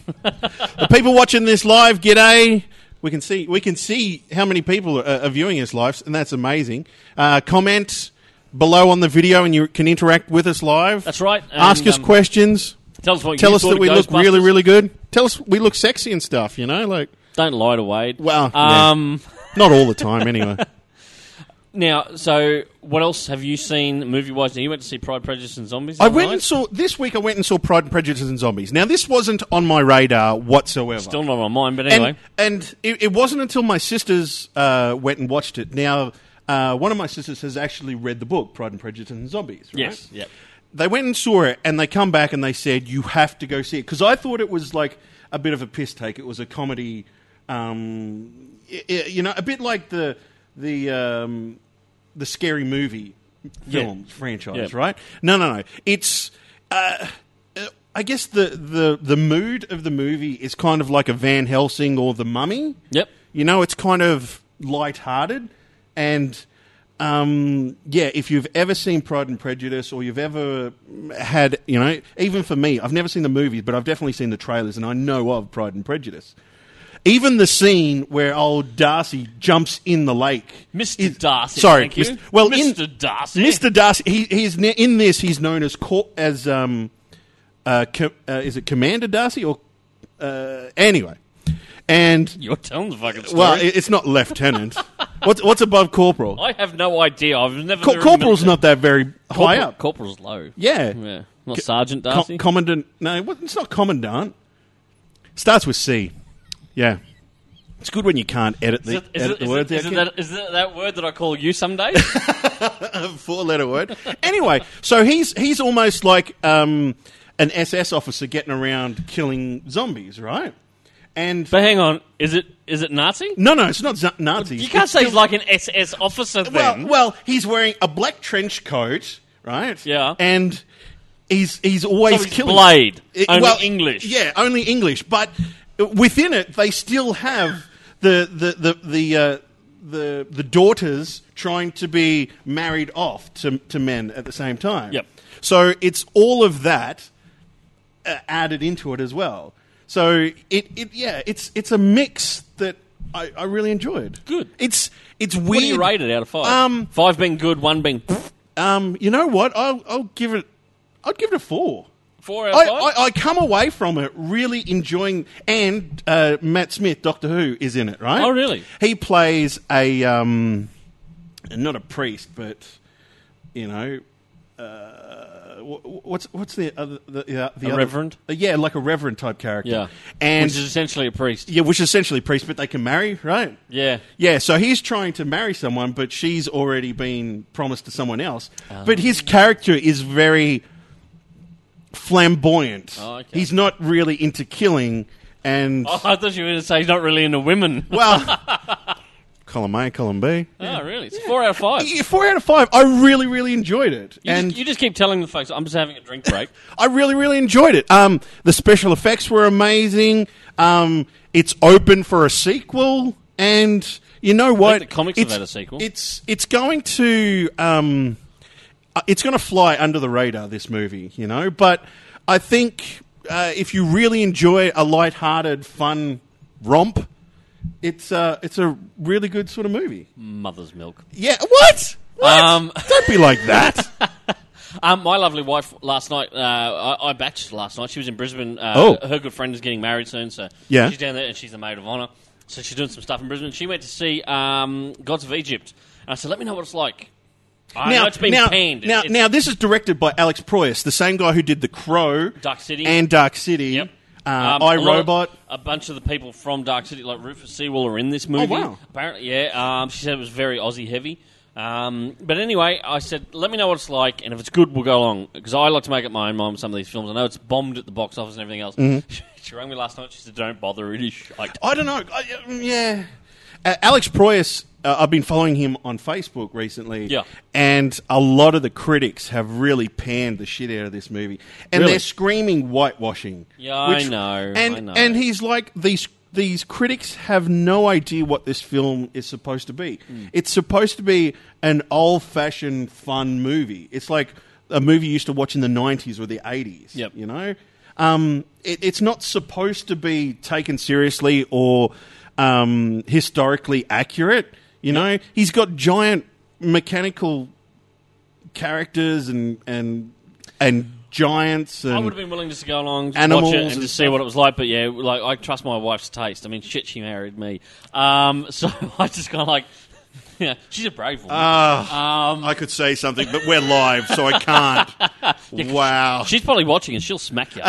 Speaker 2: the people watching this live, g'day. We can see we can see how many people are, are viewing us live, and that's amazing. Uh, comment below on the video, and you can interact with us live.
Speaker 1: That's right.
Speaker 2: Ask
Speaker 1: And,
Speaker 2: us
Speaker 1: um,
Speaker 2: questions.
Speaker 1: Tell us what
Speaker 2: Tell
Speaker 1: you
Speaker 2: us
Speaker 1: thought
Speaker 2: that
Speaker 1: of
Speaker 2: we look
Speaker 1: Ghostbusters.
Speaker 2: really, really good. Tell us we look sexy and stuff. You know, like
Speaker 1: Don't lie to Wade.
Speaker 2: Well, yeah.
Speaker 1: um,
Speaker 2: not all the time, anyway.
Speaker 1: Now, so what else have you seen movie wise? Now you went to see Pride, Prejudice, and Zombies.
Speaker 2: I
Speaker 1: the other
Speaker 2: went
Speaker 1: night?
Speaker 2: and saw this week. I went and saw Pride and Prejudice and Zombies. Now this wasn't on my radar whatsoever.
Speaker 1: Still not on mine, but anyway.
Speaker 2: And, and it, it wasn't until my sisters uh, went and watched it. Now, uh, one of my sisters has actually read the book, Pride and Prejudice and Zombies, right?
Speaker 1: Yes, yep.
Speaker 2: They went and saw it, and they come back and they said, You have to go see it. Because I thought it was like a bit of a piss take. It was a comedy, um, i i you know, a bit like the, the, um, the scary movie
Speaker 1: Yeah.
Speaker 2: film franchise,
Speaker 1: Yeah.
Speaker 2: right? No, no, no. It's. Uh, uh, I guess the, the, the mood of the movie is kind of like a Van Helsing or The Mummy.
Speaker 1: Yep.
Speaker 2: You know, it's kind of lighthearted. And um, yeah, if you've ever seen Pride and Prejudice or you've ever had, you know, even for me, I've never seen the movies, but I've definitely seen the trailers and I know of Pride and Prejudice. Even the scene where old Darcy jumps in the lake.
Speaker 1: Mr.
Speaker 2: is-
Speaker 1: Darcy.
Speaker 2: Sorry.
Speaker 1: thank you.
Speaker 2: Mis- well, in-
Speaker 1: Mr. Darcy.
Speaker 2: Mr. Darcy, he, he's ne- in this. He's known as cor- as um, uh, co- uh, is it Commander Darcy or uh, anyway? And
Speaker 1: You're telling the fucking story.
Speaker 2: well, it, it's not Lieutenant. what's what's above Corporal?
Speaker 1: I have no idea. I've never.
Speaker 2: Cor-
Speaker 1: never
Speaker 2: corporal's
Speaker 1: even-
Speaker 2: not that very high
Speaker 1: Corporal-
Speaker 2: up.
Speaker 1: Corporal's low.
Speaker 2: yeah,
Speaker 1: Yeah. Not Sergeant
Speaker 2: Co-
Speaker 1: Darcy.
Speaker 2: Commandant. No, what- it's not Commandant. Starts with C. Yeah, it's good when you can't edit
Speaker 1: Is
Speaker 2: the,
Speaker 1: it- is
Speaker 2: edit
Speaker 1: it-
Speaker 2: the
Speaker 1: is
Speaker 2: words
Speaker 1: it-
Speaker 2: out,
Speaker 1: is it
Speaker 2: can you?
Speaker 1: that- is it that word that I call you some days?
Speaker 2: four letter word. Anyway, so he's he's almost like um, an SS officer getting around killing zombies, right? And
Speaker 1: but hang on, is it is it Nazi?
Speaker 2: no, no, it's not z- Nazis.
Speaker 1: You can't
Speaker 2: It's
Speaker 1: say
Speaker 2: still-
Speaker 1: he's like an SS officer
Speaker 2: well,
Speaker 1: then.
Speaker 2: well, he's wearing a black trench coat, right?
Speaker 1: Yeah.
Speaker 2: and he's he's always
Speaker 1: So he's
Speaker 2: killing
Speaker 1: Blade,
Speaker 2: It-
Speaker 1: only English.
Speaker 2: Yeah, only English, but within it they still have the the the the. Uh, the, the daughters trying to be married off to, to men at the same time.
Speaker 1: Yep.
Speaker 2: So it's all of that uh, added into it as well. So it, it yeah, it's it's a mix that I, I really enjoyed.
Speaker 1: Good.
Speaker 2: It's it's weird.
Speaker 1: what do you rate it out of five?
Speaker 2: Um,
Speaker 1: five being good, one being
Speaker 2: Um, you know what? I'll, I'll give it. I'll give it a four.
Speaker 1: four
Speaker 2: I,
Speaker 1: out of five.
Speaker 2: I, I come away from it really enjoying, and uh, Matt Smith, Doctor Who, is in it, right?
Speaker 1: Oh, really?
Speaker 2: He plays a um, not a priest, but you know, uh, wh- what's what's the other the, uh, the
Speaker 1: A
Speaker 2: other-
Speaker 1: reverend?
Speaker 2: Uh, yeah, like a reverend type character.
Speaker 1: yeah,
Speaker 2: and
Speaker 1: which is essentially a priest.
Speaker 2: yeah, which is essentially a priest, but they can marry, right?
Speaker 1: Yeah,
Speaker 2: Yeah, so he's trying to marry someone, but she's already been promised to someone else. But his
Speaker 1: Ah.
Speaker 2: character is very flamboyant.
Speaker 1: Oh, okay.
Speaker 2: He's not really into killing, and
Speaker 1: Oh, I thought you were going to say he's not really into women.
Speaker 2: well, column A, column B.
Speaker 1: Oh, really? It's four out of five. You,
Speaker 2: Yeah, Four out of five. I really, really enjoyed it, and
Speaker 1: just, you just keep telling the folks, I'm just having a drink break.
Speaker 2: I really, really enjoyed it. Um, the special effects were amazing. Um, it's open for a sequel, and you know what?
Speaker 1: the comics have
Speaker 2: it's,
Speaker 1: had a sequel.
Speaker 2: It's it's going to um, uh, it's going to fly under the radar. This movie, you know, but I think uh, if you really enjoy a light-hearted, fun romp, it's uh, it's a really good sort of movie.
Speaker 1: Mother's milk.
Speaker 2: Yeah. What? What?
Speaker 1: Um,
Speaker 2: Don't be like that.
Speaker 1: Um, my lovely wife last night, uh, I, I batched last night. She was in Brisbane. Uh,
Speaker 2: Oh.
Speaker 1: Her good friend is getting married soon, so
Speaker 2: Yeah.
Speaker 1: she's down there and she's the maid of honour. So she's doing some stuff in Brisbane. She went to see um, Gods of Egypt. And I said, let me know what it's like. I know it's been
Speaker 2: now,
Speaker 1: panned.
Speaker 2: Now,
Speaker 1: It's-
Speaker 2: now, this is directed by Alex Proyas, the same guy who did The Crow,
Speaker 1: Dark City.
Speaker 2: and Dark City,
Speaker 1: Yep.
Speaker 2: uh,
Speaker 1: Um,
Speaker 2: I
Speaker 1: a lot of-
Speaker 2: Robot.
Speaker 1: A bunch of the people from Dark City, like Rufus Sewell, are in this movie.
Speaker 2: Oh, wow.
Speaker 1: Apparently, yeah. Um, she said it was very Aussie heavy. Um, but anyway, I said, let me know what it's like, and if it's good, we'll go along. Because I like to make up my own mind with some of these films. I know it's bombed at the box office and everything else.
Speaker 2: Mm-hmm.
Speaker 1: she rang me last night. She said, don't bother. It is shite.
Speaker 2: I don't know. I, um, yeah, uh, Alex Proyas. Uh, I've been following him on Facebook recently.
Speaker 1: Yeah.
Speaker 2: and a lot of the critics have really panned the shit out of this movie, and
Speaker 1: Really?
Speaker 2: they're screaming whitewashing.
Speaker 1: Yeah, I know,
Speaker 2: And
Speaker 1: I know.
Speaker 2: and he's like these. These critics have no idea what this film is supposed to be.
Speaker 1: Hmm.
Speaker 2: It's supposed to be an old-fashioned fun movie. It's like a movie you used to watch in the '90s or the '80s.
Speaker 1: Yep.
Speaker 2: You know, um, it, it's not supposed to be taken seriously or um, historically accurate. You know, he's got giant mechanical characters and and and giants
Speaker 1: I would
Speaker 2: and
Speaker 1: have been willing just to go along, just
Speaker 2: Animals
Speaker 1: watch it, and,
Speaker 2: and
Speaker 1: just see what it was like. But yeah, like I trust my wife's taste. I mean, shit, she married me. Um, so I just kind of like yeah, she's a brave woman.
Speaker 2: Ah,
Speaker 1: Um,
Speaker 2: I could say something, but we're live, so I can't. wow.
Speaker 1: She's probably watching and she'll smack you.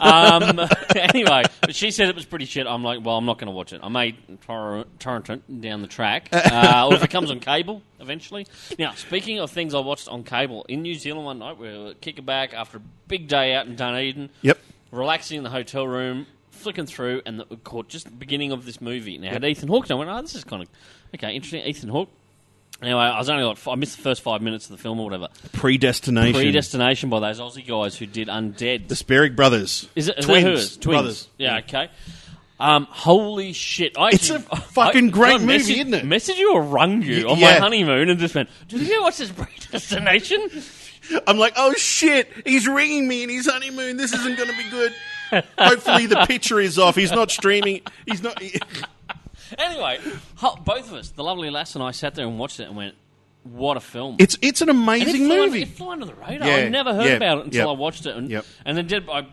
Speaker 1: um, anyway, but she said it was pretty shit. I'm like, well, I'm not going to watch it. I may tor- torrent it down the track, uh, or if it comes on cable eventually. Now, speaking of things I watched on cable in New Zealand one night, we were kicking back after a big day out in Dunedin.
Speaker 2: Yep.
Speaker 1: relaxing in the hotel room, flicking through, and the, caught just the beginning of this movie. Now, had Ethan Hawke. And I went, oh, this is kind of okay, interesting. Ethan Hawke. Anyway, I was only like f- I missed the first five minutes of the film or whatever.
Speaker 2: Predestination.
Speaker 1: Predestination by those Aussie guys who did Undead.
Speaker 2: the Sperrig brothers.
Speaker 1: Is it is
Speaker 2: Twins.
Speaker 1: That hers? Twins.
Speaker 2: Brothers.
Speaker 1: Yeah. Okay. Um, holy shit! I
Speaker 2: It's
Speaker 1: actually-
Speaker 2: a fucking
Speaker 1: I-
Speaker 2: great
Speaker 1: I
Speaker 2: movie,
Speaker 1: messaged-
Speaker 2: isn't it?
Speaker 1: Messaged you or rung you
Speaker 2: Y-
Speaker 1: on
Speaker 2: yeah.
Speaker 1: my honeymoon and just went, "Did you watch this predestination?"
Speaker 2: I'm like, oh shit, he's ringing me in his honeymoon. This isn't going to be good. Hopefully the picture is off. He's not streaming. He's not.
Speaker 1: anyway, ho- both of us, the lovely lass and I, sat there and watched it and went, "What a film!"
Speaker 2: It's it's an
Speaker 1: And it
Speaker 2: amazing
Speaker 1: flew
Speaker 2: movie.
Speaker 1: Under, it flew under the radar.
Speaker 2: Yeah,
Speaker 1: I never heard
Speaker 2: yeah,
Speaker 1: about it until
Speaker 2: yeah.
Speaker 1: I watched it, and,
Speaker 2: Yep.
Speaker 1: and then did I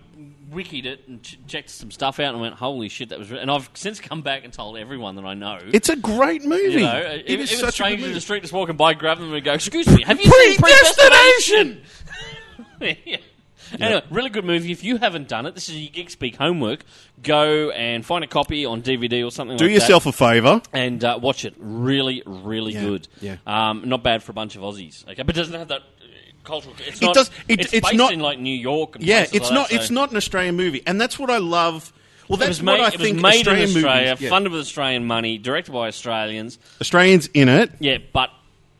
Speaker 1: wikied it and ch- checked some stuff out and went, "Holy shit, that was!" Re-. And I've since come back and told everyone that I know.
Speaker 2: It's a great movie.
Speaker 1: you know,
Speaker 2: it
Speaker 1: even,
Speaker 2: is
Speaker 1: even
Speaker 2: such a good
Speaker 1: strangers in the
Speaker 2: movie.
Speaker 1: street just walking by, grabbing them and go, "Excuse me, have you seen
Speaker 2: Predestination!
Speaker 1: Predestination?" yeah. Anyway, really good movie. If you haven't done it, this is your Geek Speak homework. Go and find a copy on DVD or something.
Speaker 2: Do
Speaker 1: like
Speaker 2: yourself a favour.
Speaker 1: that and uh, watch it. Really, really good.
Speaker 2: yeah.
Speaker 1: Um, not bad for a bunch of Aussies. Okay, but it doesn't have that. uh, Cultural, it's
Speaker 2: It
Speaker 1: not,
Speaker 2: does- it-
Speaker 1: it's,
Speaker 2: it's
Speaker 1: based
Speaker 2: not-
Speaker 1: in like New York. And
Speaker 2: Yeah,
Speaker 1: places
Speaker 2: it's
Speaker 1: like
Speaker 2: not.
Speaker 1: that, so-
Speaker 2: It's not an Australian movie, and that's what I love. Well,
Speaker 1: It
Speaker 2: that's
Speaker 1: was made,
Speaker 2: what I
Speaker 1: it was
Speaker 2: think
Speaker 1: made in
Speaker 2: Australian
Speaker 1: Australia,
Speaker 2: movies. yeah.
Speaker 1: funded with Australian money, directed by Australians.
Speaker 2: Australians in it.
Speaker 1: Yeah, but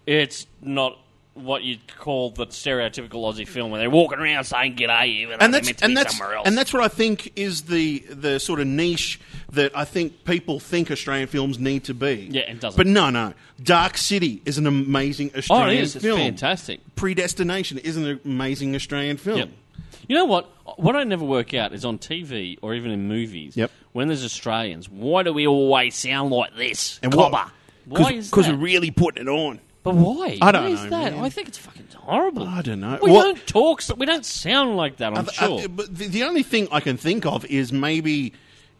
Speaker 1: it's not what you'd call the stereotypical Aussie film where they're walking around saying "g'day," even though
Speaker 2: and
Speaker 1: they're
Speaker 2: that's
Speaker 1: meant to
Speaker 2: and
Speaker 1: be
Speaker 2: that's
Speaker 1: somewhere else.
Speaker 2: and that's what I think is the the sort of niche that I think people think Australian films need to be.
Speaker 1: Yeah, it doesn't.
Speaker 2: But no, no. Dark City is an amazing
Speaker 1: oh,
Speaker 2: Australian
Speaker 1: it is. It's
Speaker 2: film.
Speaker 1: fantastic.
Speaker 2: Predestination is an amazing Australian film.
Speaker 1: Yep. You know what? What I never work out is on TV or even in movies.
Speaker 2: Yep.
Speaker 1: When there's Australians, why do we always sound like this?
Speaker 2: And what?
Speaker 1: Cobber. Why is
Speaker 2: Because
Speaker 1: that?
Speaker 2: we're really putting it on.
Speaker 1: but why?
Speaker 2: I don't
Speaker 1: Why is
Speaker 2: know,
Speaker 1: that?
Speaker 2: man.
Speaker 1: I think it's fucking horrible.
Speaker 2: I don't know.
Speaker 1: We
Speaker 2: What-
Speaker 1: don't talk. so- We don't sound like that. I'm
Speaker 2: I- I-
Speaker 1: sure.
Speaker 2: Uh, but the, the only thing I can think of is maybe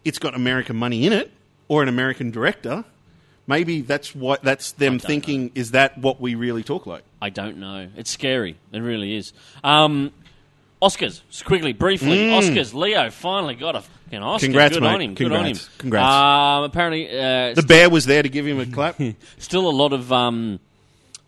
Speaker 2: it's got American money in it or an American director. Maybe that's what that's them thinking. Is that what we really talk like?
Speaker 1: I don't know. It's scary. It really is. Um, Oscars, just quickly, briefly. Oscars, Leo finally got a fucking Oscar.
Speaker 2: Mm. Congrats,
Speaker 1: Good on
Speaker 2: mate.
Speaker 1: him.
Speaker 2: Congrats.
Speaker 1: Good on him.
Speaker 2: Congrats.
Speaker 1: Um, apparently, uh,
Speaker 2: The bear was there to give him a clap.
Speaker 1: still a lot of um,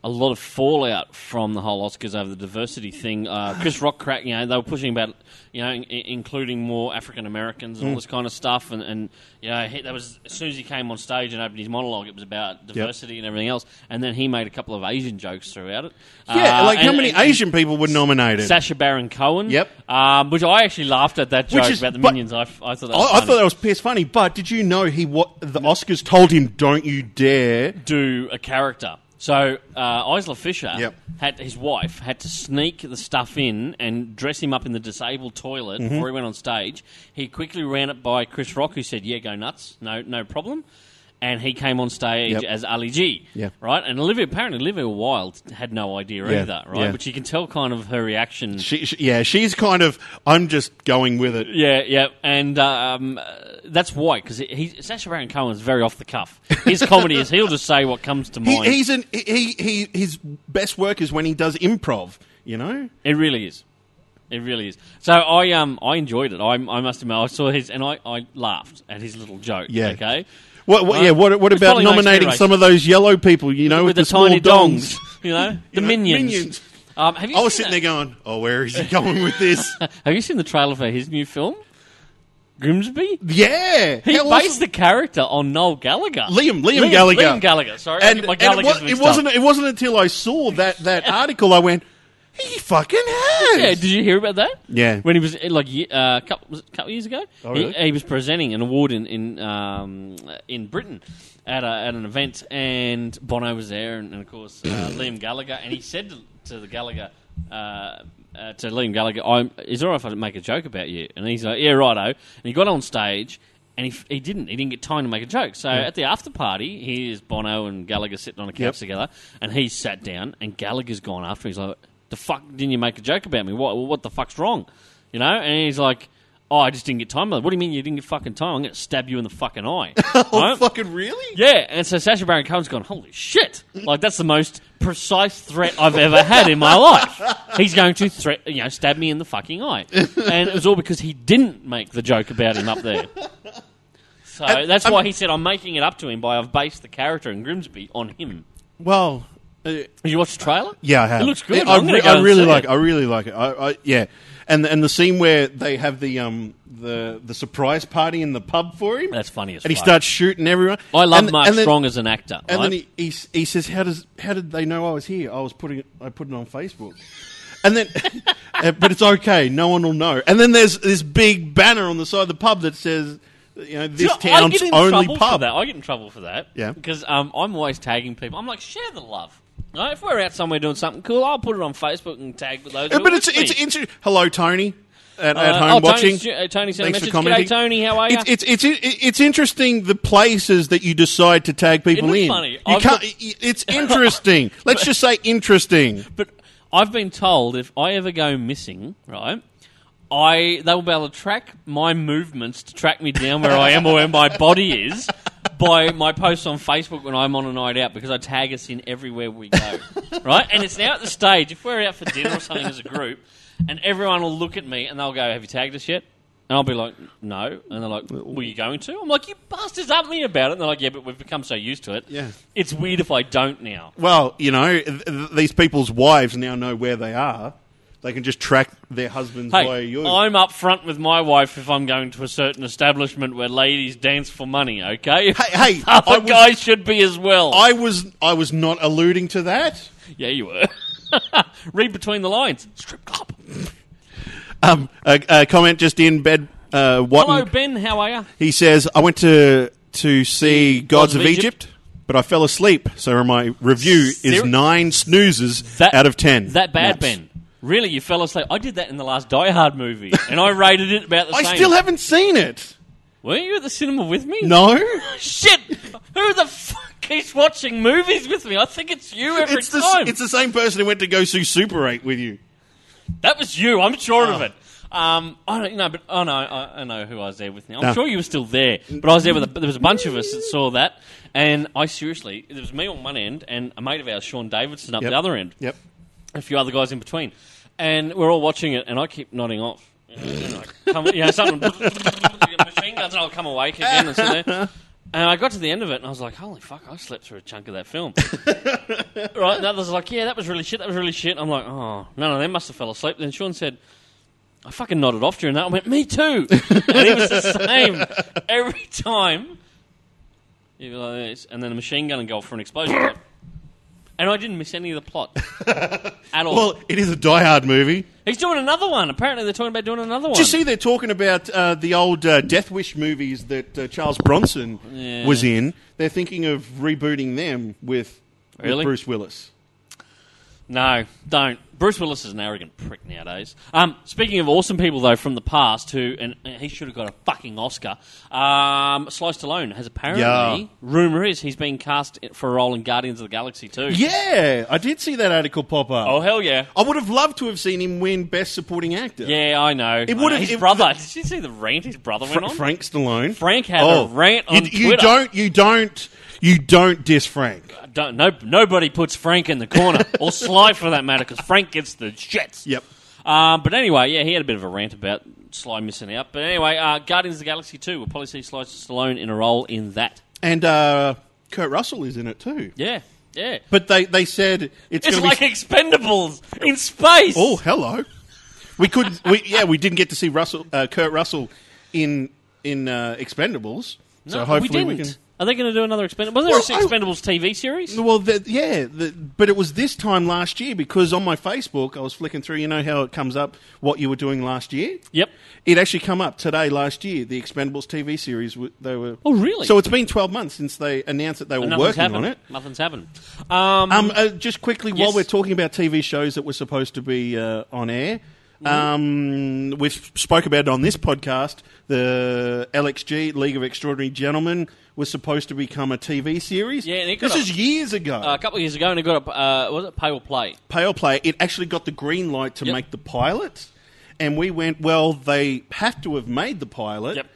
Speaker 1: a lot of fallout from the whole Oscars over the diversity thing. Uh, Chris Rock crack, you know, they were pushing about you know, in- including more African Americans
Speaker 2: Mm.
Speaker 1: and all this kind of stuff. And, and you know, he, that was as soon as he came on stage and opened his monologue, it was about diversity and everything else. And then he made a couple of Asian jokes throughout it.
Speaker 2: Yeah,
Speaker 1: Uh,
Speaker 2: like how
Speaker 1: and-
Speaker 2: many
Speaker 1: and-
Speaker 2: Asian people were nominated? I,
Speaker 1: Sasha Baron Cohen.
Speaker 2: Yep.
Speaker 1: Um, which I actually laughed at that
Speaker 2: Which
Speaker 1: joke
Speaker 2: is-
Speaker 1: about the
Speaker 2: but-
Speaker 1: minions. I, I thought that was
Speaker 2: I
Speaker 1: funny.
Speaker 2: thought that was piss funny, but did you know he what the Oscars told him? Don't you dare!
Speaker 1: do a character. So uh, Isla Fisher
Speaker 2: Yep.
Speaker 1: had his wife had to sneak the stuff in and dress him up in the disabled toilet
Speaker 2: Mm-hmm.
Speaker 1: before he went on stage. He quickly ran it by Chris Rock, who said, "Yeah, go nuts, no, no problem." And he came on stage
Speaker 2: Yep.
Speaker 1: as Ali G,
Speaker 2: Yeah.
Speaker 1: right? And Olivia apparently Olivia Wilde had no idea
Speaker 2: Yeah,
Speaker 1: either, right?
Speaker 2: yeah.
Speaker 1: But you can tell kind of her reaction.
Speaker 2: She, she, yeah, she's kind of. I'm just going with it.
Speaker 1: Yeah, yeah, and um, uh, that's why because he, Sacha Baron Cohen's very off the cuff. His comedy is he'll just say what comes to
Speaker 2: He,
Speaker 1: mind.
Speaker 2: he's an he, he his best work is when he does improv. You know,
Speaker 1: It really is. It really is. So I um I enjoyed it. I, I must admit I saw his and I, I laughed at his little joke.
Speaker 2: Yeah.
Speaker 1: Okay.
Speaker 2: What, what,
Speaker 1: Right.
Speaker 2: yeah, what, what
Speaker 1: It's
Speaker 2: about
Speaker 1: probably no
Speaker 2: nominating
Speaker 1: steroids.
Speaker 2: some of those yellow people, you know,
Speaker 1: With,
Speaker 2: with,
Speaker 1: the,
Speaker 2: Oh, small
Speaker 1: tiny
Speaker 2: dongs?
Speaker 1: dongs, you know, the
Speaker 2: know,
Speaker 1: minions.
Speaker 2: minions.
Speaker 1: Um, have you
Speaker 2: I was
Speaker 1: seen
Speaker 2: sitting there going, oh, where is he going with this?
Speaker 1: that- Have you seen the trailer for his new film, Grimsby?
Speaker 2: yeah.
Speaker 1: He
Speaker 2: How
Speaker 1: based
Speaker 2: awesome.
Speaker 1: the character on Noel Gallagher.
Speaker 2: Liam- Liam Gallagher.
Speaker 1: Liam Gallagher. Sorry, I
Speaker 2: and,
Speaker 1: get my
Speaker 2: and it,
Speaker 1: Gallagher's
Speaker 2: was, it
Speaker 1: mixed
Speaker 2: wasn't.
Speaker 1: Up.
Speaker 2: It wasn't until I saw that, that article I went, he fucking has.
Speaker 1: Yeah, did you hear about that?
Speaker 2: Yeah.
Speaker 1: when he was eh, like ye- uh, a couple, was it a couple years ago,
Speaker 2: Oh,
Speaker 1: he-
Speaker 2: really?
Speaker 1: he, was presenting an award in in um, in Britain at a, at an event, and Bono was there, and, and of course uh, Liam Gallagher, and he said to, to the Gallagher. Uh, uh, to Liam Gallagher, I'm, is it alright if I make a joke about you? And he's like, yeah, righto. And he got on stage, and he, f- he didn't. He didn't get time to make a joke. So at the after party, here's Bono and Gallagher sitting on a couch
Speaker 2: Yep.
Speaker 1: together, and he's sat down, and Gallagher's gone after. him. He's like, "The fuck didn't you make a joke about me? What what the fuck's wrong?" You know, and he's like, oh, I just didn't get time. What do you mean you didn't get fucking time? I'm going to stab you in the fucking eye.
Speaker 2: Oh,
Speaker 1: Right?
Speaker 2: fucking really?
Speaker 1: Yeah, and so Sasha Baron Cohen's gone, holy shit! Like, that's the most precise threat I've ever had in my life. He's going to threat, you know, stab me in the fucking eye. And it was all because he didn't make the joke about him up there. So that's
Speaker 2: um,
Speaker 1: why he said, I'm making it up to him by I've based the character in Grimsby on him.
Speaker 2: Well, uh,
Speaker 1: Did you watch the trailer?
Speaker 2: yeah, I have.
Speaker 1: It looks good.
Speaker 2: I,
Speaker 1: I'm gonna
Speaker 2: re-
Speaker 1: go
Speaker 2: I
Speaker 1: and
Speaker 2: really
Speaker 1: see
Speaker 2: like.
Speaker 1: it.
Speaker 2: I really like it. I, I, yeah, and and the scene where they have the um the the surprise party in the pub for him.
Speaker 1: That's funny as
Speaker 2: and he
Speaker 1: fuck.
Speaker 2: starts shooting everyone.
Speaker 1: I love
Speaker 2: and,
Speaker 1: Mark
Speaker 2: and then-
Speaker 1: Strong as an actor.
Speaker 2: And
Speaker 1: right?
Speaker 2: then he, he s- he says, "How does how did they know I was here? I was putting it- I put it on Facebook." And then, uh, but it's okay. No one will know. And then there's this big banner on the side of the pub that says, "You know, this
Speaker 1: You know, I
Speaker 2: town's
Speaker 1: get in
Speaker 2: only
Speaker 1: trouble For
Speaker 2: pub."
Speaker 1: that. I get in trouble for that.
Speaker 2: Yeah.
Speaker 1: Because um, I'm always tagging people. I'm like, share the love. Right? If we're out somewhere doing something cool, I'll put it on Facebook and tag with those.
Speaker 2: Uh,
Speaker 1: who
Speaker 2: But
Speaker 1: are
Speaker 2: it's
Speaker 1: with me.
Speaker 2: it's interesting. Hello, Tony, at, at
Speaker 1: Uh,
Speaker 2: home
Speaker 1: oh,
Speaker 2: watching.
Speaker 1: Tony, Oh, uh, Tony sent
Speaker 2: Thanks
Speaker 1: a
Speaker 2: for
Speaker 1: message.
Speaker 2: commenting.
Speaker 1: G'day, Tony. How are you?
Speaker 2: It's, it's it's it- it's interesting the places that you decide to tag people
Speaker 1: Isn't it
Speaker 2: in.
Speaker 1: funny?
Speaker 2: You
Speaker 1: I've
Speaker 2: can't, it's interesting. Let's just say interesting.
Speaker 1: but I've been told if I ever go missing, right, I they will be able to track my movements to track me down where I am or where my body is by my posts on Facebook when I'm on a night out because I tag us in everywhere we go, right? And it's now at the stage if we're out for dinner or something as a group, and everyone will look at me and they'll go, "Have you tagged us yet?" And I'll be like, no. And they're like, were you going to? I'm like, you bastards up me about it. And they're like, yeah, but we've become so used to it.
Speaker 2: Yeah.
Speaker 1: It's weird if I don't now.
Speaker 2: Well, you know, th- th- these people's wives now know where they are. They can just track their husbands
Speaker 1: Hey,
Speaker 2: via you.
Speaker 1: I'm up front with my wife if I'm going to a certain establishment where ladies dance for money, okay?
Speaker 2: Hey, hey,
Speaker 1: Other
Speaker 2: I was-
Speaker 1: guys should be as well.
Speaker 2: I was I was not alluding to that.
Speaker 1: yeah, you were. Read between the lines. Strip club.
Speaker 2: Um, a, a comment just in bed. Uh, what
Speaker 1: Hello, Ben. How are you?
Speaker 2: he says, I went to to see Gods,
Speaker 1: Gods of
Speaker 2: of Egypt, but I fell asleep. So my review is
Speaker 1: Seri-
Speaker 2: nine snoozes out of ten.
Speaker 1: That bad,
Speaker 2: Naps.
Speaker 1: Ben. Really, you fell asleep. I did that in the last Die Hard movie, and I rated it about the
Speaker 2: I
Speaker 1: same.
Speaker 2: still haven't seen it.
Speaker 1: Weren't you at the cinema with me?
Speaker 2: No,
Speaker 1: Shit! Who the fuck keeps watching movies with me? I think it's you every
Speaker 2: it's the s-
Speaker 1: time.
Speaker 2: it's the same person who went to go see Super Eight with you.
Speaker 1: That was you. I'm sure
Speaker 2: Oh.
Speaker 1: of it. Um, I don't know, but oh no, I, I know who I was there with now. I'm
Speaker 2: No.
Speaker 1: sure you were still there, but I was there with a, there was a bunch of us that saw that, and I seriously, it was me on one end and a mate of ours, Sean Davidson, up
Speaker 2: Yep.
Speaker 1: the other end,
Speaker 2: Yep.
Speaker 1: a few other guys in between, and we're all watching it, and I keep nodding off. And I come, you know, something machine guns, and I'll come awake again and sit there. And I got to the end of it, and I was like, "Holy fuck! I slept through a chunk of that film." right? And others are like, yeah, that was really shit. That was really shit. I'm like, oh, no, no, they must have fell asleep. Then Sean said, I fucking nodded off during that. I went, me too. and it was the same every time. You'd be like this, and then a machine gun and go off for an explosion. and I didn't miss any of the plot at all.
Speaker 2: Well, it is a Die Hard movie.
Speaker 1: He's doing another one. Apparently, they're talking about doing another one.
Speaker 2: Did you see they're talking about uh, the old uh, Death Wish movies that uh, Charles Bronson
Speaker 1: Yeah.
Speaker 2: was in? They're thinking of rebooting them with, with
Speaker 1: Really?
Speaker 2: Bruce Willis.
Speaker 1: No, don't. Bruce Willis is an arrogant prick nowadays. Um, speaking of awesome people though from the past, who and and he should have got a fucking Oscar. Um, Sly Stallone has apparently
Speaker 2: Yeah.
Speaker 1: rumor is he's been cast for a role in Guardians of the Galaxy too.
Speaker 2: Yeah, I did see that article pop up.
Speaker 1: Oh hell yeah.
Speaker 2: I would have loved to have seen him win Best Supporting Actor.
Speaker 1: Yeah, I know. It
Speaker 2: would've-
Speaker 1: His
Speaker 2: it-
Speaker 1: brother. Did you see the rant his brother
Speaker 2: Fra-
Speaker 1: went on?
Speaker 2: Frank Stallone. Oh.
Speaker 1: Frank had a rant on
Speaker 2: you, you
Speaker 1: Twitter.
Speaker 2: don't. You don't. You don't diss Frank.
Speaker 1: Don't- no, nobody puts Frank in the corner or Sly for that matter, because Frank gets the shits.
Speaker 2: Yep.
Speaker 1: Um, but anyway, yeah, he had a bit of a rant about Sly missing out. But anyway, uh, Guardians of the Galaxy 2, we'll probably see Sly Stallone in a role in that.
Speaker 2: And uh, Kurt Russell is in it too.
Speaker 1: Yeah, yeah.
Speaker 2: But they they said it's,
Speaker 1: It's
Speaker 2: going
Speaker 1: like
Speaker 2: to be.
Speaker 1: Expendables in space.
Speaker 2: oh, hello. We could. We, yeah, we didn't get to see Russell, uh, Kurt Russell, in in uh, Expendables.
Speaker 1: no,
Speaker 2: so hopefully
Speaker 1: we didn't.
Speaker 2: can.
Speaker 1: Are they going to do another Expendables? Was there
Speaker 2: Well, I-
Speaker 1: an Expendables TV series?
Speaker 2: Well, the, yeah, the, but it was this time last year because on my Facebook I was flicking through. You know how it comes up what you were doing last year.
Speaker 1: Yep.
Speaker 2: It actually come up today last year. The Expendables TV series w- they were.
Speaker 1: Oh, really?
Speaker 2: So it's been twelve months since they announced that they were
Speaker 1: Nothing's
Speaker 2: working
Speaker 1: happened.
Speaker 2: on it.
Speaker 1: Nothing's happened. Um,
Speaker 2: Um, uh, just quickly,
Speaker 1: Yes.
Speaker 2: while we're talking about TV shows that were supposed to be uh, on air, um, we've spoke about it on this podcast. The LXG League of Extraordinary Gentlemen was supposed to become a TV series.
Speaker 1: Yeah, and it got
Speaker 2: this
Speaker 1: a- Uh,
Speaker 2: is years ago.
Speaker 1: a couple of years ago, and it got a, uh, was it Pay or Play?
Speaker 2: Pale Player, it actually got the green light to
Speaker 1: Yep.
Speaker 2: make the pilot. and we went, well, they have to have made the pilot
Speaker 1: Yep.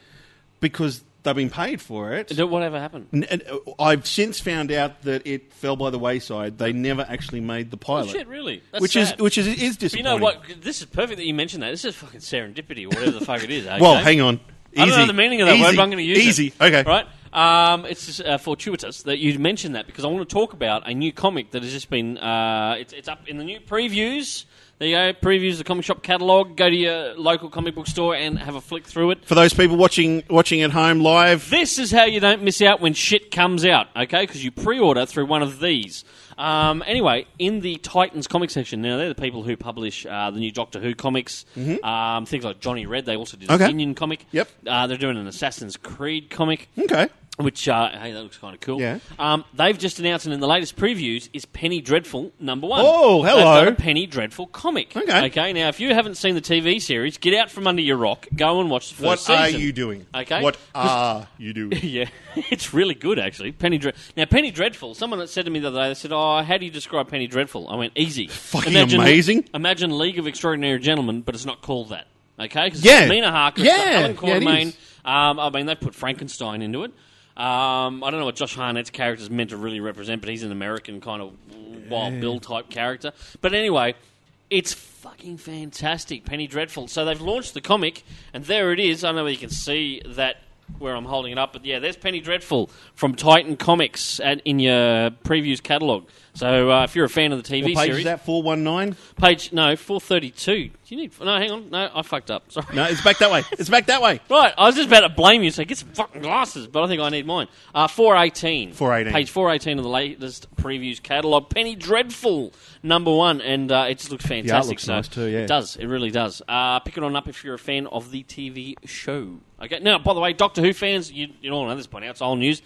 Speaker 2: because they've been paid for it.
Speaker 1: D- Whatever happened?
Speaker 2: N- and, uh, I've since found out that it fell by the wayside. They never actually made the pilot,
Speaker 1: Shit, really? That's
Speaker 2: which
Speaker 1: sad.
Speaker 2: is which is is
Speaker 1: But you
Speaker 2: disappointing.
Speaker 1: know what? This is perfect that you mentioned that. This is fucking serendipity or whatever the fuck it is. eh, Okay?
Speaker 2: Well, hang on. Easy.
Speaker 1: I don't know the meaning of that
Speaker 2: Easy.
Speaker 1: word, but I'm going to use
Speaker 2: Easy.
Speaker 1: it.
Speaker 2: Okay.
Speaker 1: Right? Um, it's just, uh, fortuitous that you mentioned that because I want to talk about a new comic that has just been. Uh, it's, it's up in the new previews. There you go. Previews of the comic shop catalogue. Go to your local comic book store and have a flick through it.
Speaker 2: For those people watching watching at home live,
Speaker 1: This is how you don't miss out when shit comes out, okay? Because you pre-order through one of these. Um, anyway, in the Titans comic section, now they're the people who publish uh, the new Doctor Who comics, um, things like Johnny Red. They also did a
Speaker 2: Mm-hmm. Okay.
Speaker 1: Minion comic.
Speaker 2: Yep.
Speaker 1: Uh, they're doing an Assassin's Creed comic.
Speaker 2: okay,
Speaker 1: Which uh, hey, that looks kind of cool.
Speaker 2: Yeah.
Speaker 1: Um, they've just announced, and in the latest previews, is Penny Dreadful number one.
Speaker 2: Oh, hello.
Speaker 1: They've got a Penny Dreadful comic.
Speaker 2: Okay.
Speaker 1: Okay. Now, if you haven't seen the TV series, get out from under your rock, go and watch the
Speaker 2: what
Speaker 1: first
Speaker 2: are
Speaker 1: season.
Speaker 2: you doing?
Speaker 1: Okay.
Speaker 2: what are you doing?
Speaker 1: Yeah, it's really good actually. Penny Dread. Now, Penny Dreadful. Someone that said to me the other day, they said, "Oh, how do you describe Penny Dreadful?" I went, "Easy,
Speaker 2: Fucking amazing.
Speaker 1: Imagine League of Extraordinary Gentlemen, but it's not called that. Okay, 'Cause
Speaker 2: Yeah.
Speaker 1: it's Mina Harker,
Speaker 2: Yeah.
Speaker 1: it's Alan
Speaker 2: Yeah, it
Speaker 1: Quatermain.
Speaker 2: is.
Speaker 1: um, I mean, they put Frankenstein into it. Um, I don't know what Josh Hartnett's character is meant to really represent, but he's an American kind of wild Bill type character. But anyway, it's fucking fantastic, Penny Dreadful. So they've launched the comic, and there it is. I don't know whether you can see that where I'm holding it up, but yeah, there's Penny Dreadful from Titan Comics at, in your previews catalog. So uh, if you're a fan of the TV
Speaker 2: What page
Speaker 1: series,
Speaker 2: is that? Four one nine.
Speaker 1: page no 432. Do you need? No, hang on. No, I fucked up. Sorry.
Speaker 2: No, it's back that way. It's back that way.
Speaker 1: Right, I was just about to blame you, so get some fucking glasses, but I think I need mine. Uh, 418.
Speaker 2: 418.
Speaker 1: Page 418 of the latest previews catalogue. Penny Dreadful, number one, and uh, it just looks fantastic.
Speaker 2: looks
Speaker 1: so
Speaker 2: nice too, yeah.
Speaker 1: It does, it really does. Uh, pick it on up if you're a fan of the TV show. Okay, now, by the way, Doctor Who fans, you, you all know this by now, it's all news.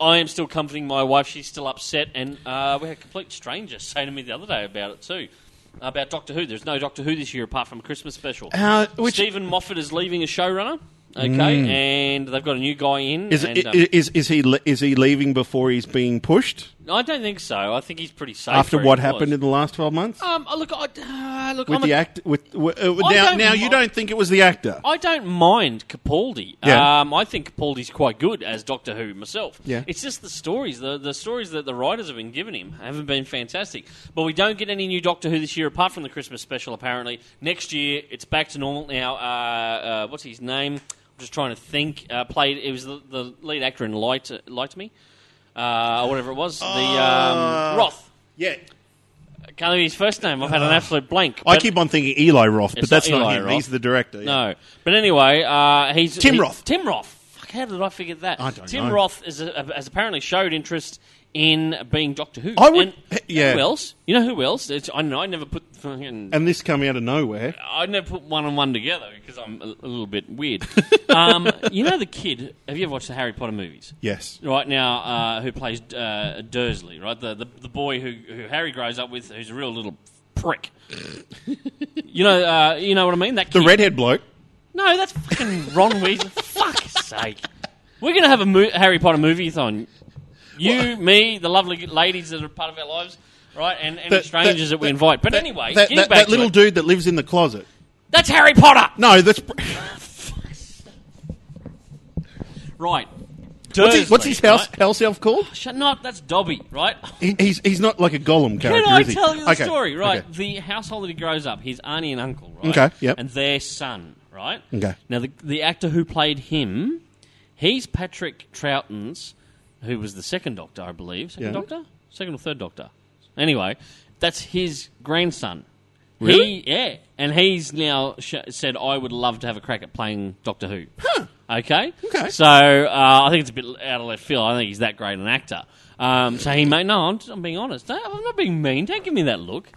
Speaker 1: I am still comforting my wife, she's still upset, and uh, we had a complete stranger say to me the other day about it too. About Doctor Who, there's no Doctor Who this year apart from a Christmas special.
Speaker 2: Uh, which Hmm.
Speaker 1: Stephen Moffat is leaving as showrunner. Okay, and they've got a new guy in.
Speaker 2: is,
Speaker 1: and,
Speaker 2: is,
Speaker 1: um,
Speaker 2: is is he le- is he leaving before he's being pushed
Speaker 1: I don't think so. I think he's pretty safe.
Speaker 2: after
Speaker 1: where he
Speaker 2: what
Speaker 1: was.
Speaker 2: happened in the last twelve months
Speaker 1: um, I look, I, uh, look,
Speaker 2: with
Speaker 1: I'm a-
Speaker 2: the act with, with uh,
Speaker 1: I
Speaker 2: now
Speaker 1: don't
Speaker 2: now you
Speaker 1: mind-
Speaker 2: don't think it was the actor?
Speaker 1: I don't mind Capaldi.
Speaker 2: Yeah.
Speaker 1: Um, I think Capaldi's quite good as Doctor Who myself.
Speaker 2: Yeah.
Speaker 1: It's just the stories, the, the stories that the writers have been giving him haven't been fantastic. But we don't get any new Doctor Who this year apart from the Christmas special, apparently. Next year, it's back to normal now. Uh, uh, what's his name? I'm just trying to think. Uh, played, it was the, the lead actor in Light, Light to Me, uh, or whatever it was. The um,
Speaker 2: Uh,
Speaker 1: Roth.
Speaker 2: yeah,
Speaker 1: I can't think of his first name. I've had an absolute blank.
Speaker 2: uh, I
Speaker 1: But-
Speaker 2: keep on thinking Eli Roth, but
Speaker 1: It's
Speaker 2: that's
Speaker 1: not
Speaker 2: not,
Speaker 1: Eli
Speaker 2: him.
Speaker 1: Roth.
Speaker 2: He's the director. yeah.
Speaker 1: No. But anyway, uh, he's
Speaker 2: Tim
Speaker 1: he-
Speaker 2: Roth.
Speaker 1: Tim Roth. Fuck, how did I forget that?
Speaker 2: I don't
Speaker 1: Tim
Speaker 2: know.
Speaker 1: Roth is a, has apparently showed interest in being Doctor Who.
Speaker 2: I would-
Speaker 1: And
Speaker 2: yeah.
Speaker 1: Who else? You know who else? It's, I know. I never put. fucking-
Speaker 2: and this come out of nowhere.
Speaker 1: I never put one and one together because I'm a, a little bit weird. um, you know the kid. Have you ever watched the Harry Potter movies?
Speaker 2: Yes.
Speaker 1: Right now, uh, who plays uh, Dursley? Right, the, the the boy who who Harry grows up with, who's a real little prick. you know, uh, you know what I mean. That
Speaker 2: The
Speaker 1: kid.
Speaker 2: redhead bloke.
Speaker 1: No, that's fucking Ron Weasley. Fuck's sake. We're going to have a mo- Harry Potter movie-a-thon. You, me, the lovely ladies that are part of our lives, right, and any
Speaker 2: That-
Speaker 1: strangers that, we invite. But anyway,
Speaker 2: that,
Speaker 1: getting
Speaker 2: that,
Speaker 1: back
Speaker 2: that
Speaker 1: to
Speaker 2: little
Speaker 1: it.
Speaker 2: dude that lives in the closet.
Speaker 1: that's Harry Potter!
Speaker 2: No, that's
Speaker 1: Right.
Speaker 2: what's his, what's his
Speaker 1: Dursley,
Speaker 2: house
Speaker 1: right?
Speaker 2: house elf called?
Speaker 1: Shut up, that's Dobby, right?
Speaker 2: He, he's he's not like a golem character.
Speaker 1: Can I
Speaker 2: is he?
Speaker 1: tell you the
Speaker 2: Okay,
Speaker 1: story? Right,
Speaker 2: okay.
Speaker 1: the household that he grows up, his auntie and uncle, right?
Speaker 2: Okay, yep.
Speaker 1: And their son, right?
Speaker 2: Okay.
Speaker 1: Now, the, the actor who played him, he's Patrick Troughton's, who was the second Doctor, I believe. Second
Speaker 2: Yeah.
Speaker 1: Doctor? Second or third Doctor. Anyway, that's his grandson.
Speaker 2: Really?
Speaker 1: He, yeah. And he's now sh- said, I would love to have a crack at playing Doctor Who. Okay?
Speaker 2: Okay.
Speaker 1: So uh, I think it's a bit out of left field. I think he's that great an actor. Um, so he may. No, I'm, I'm being honest. Don't- I'm not being mean. Don't give me that look.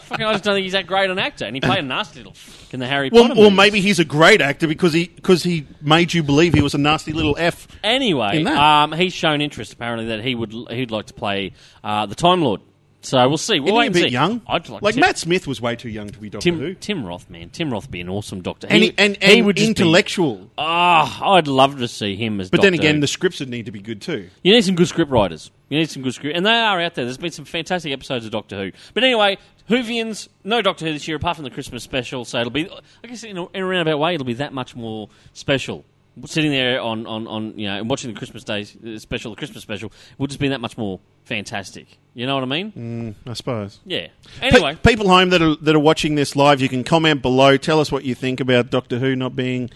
Speaker 1: Fucking, I just don't think he's that great an actor. And he played a nasty little f- in the Harry
Speaker 2: Well,
Speaker 1: Potter
Speaker 2: or
Speaker 1: movies.
Speaker 2: maybe he's a great actor because he because he made you believe he was a nasty little f.
Speaker 1: Anyway,
Speaker 2: In that.
Speaker 1: um, he's shown interest apparently that he would he'd like to play uh, the Time Lord. So we'll see. We'll
Speaker 2: Isn't he
Speaker 1: wait
Speaker 2: a
Speaker 1: and
Speaker 2: bit
Speaker 1: see.
Speaker 2: young?
Speaker 1: I'd like,
Speaker 2: like
Speaker 1: Tim,
Speaker 2: Matt Smith was way too young to be Doctor Who.
Speaker 1: Tim, Tim Roth, man. Tim Roth would be an awesome doctor.
Speaker 2: And,
Speaker 1: he,
Speaker 2: and,
Speaker 1: he
Speaker 2: and
Speaker 1: would just be-
Speaker 2: intellectual.
Speaker 1: Ah, I'd love to see him as.
Speaker 2: but
Speaker 1: Doctor
Speaker 2: then again,
Speaker 1: Who.
Speaker 2: the scripts would need to be good too.
Speaker 1: You need some good script writers. You need some good script, and they are out there. There's been some fantastic episodes of Doctor Who. But anyway, Whovians, no Doctor Who this year apart from the Christmas special. So it'll be, I guess, in a, in a roundabout way, it'll be that much more special. Sitting there on, on, on you know, and watching the Christmas Day uh, special, the Christmas special, will just be that much more fantastic. You know what I mean?
Speaker 2: I suppose.
Speaker 1: Yeah. Anyway,
Speaker 2: Pe- people home that are that are watching this live, you can comment below. Tell us what you think about Doctor Who not being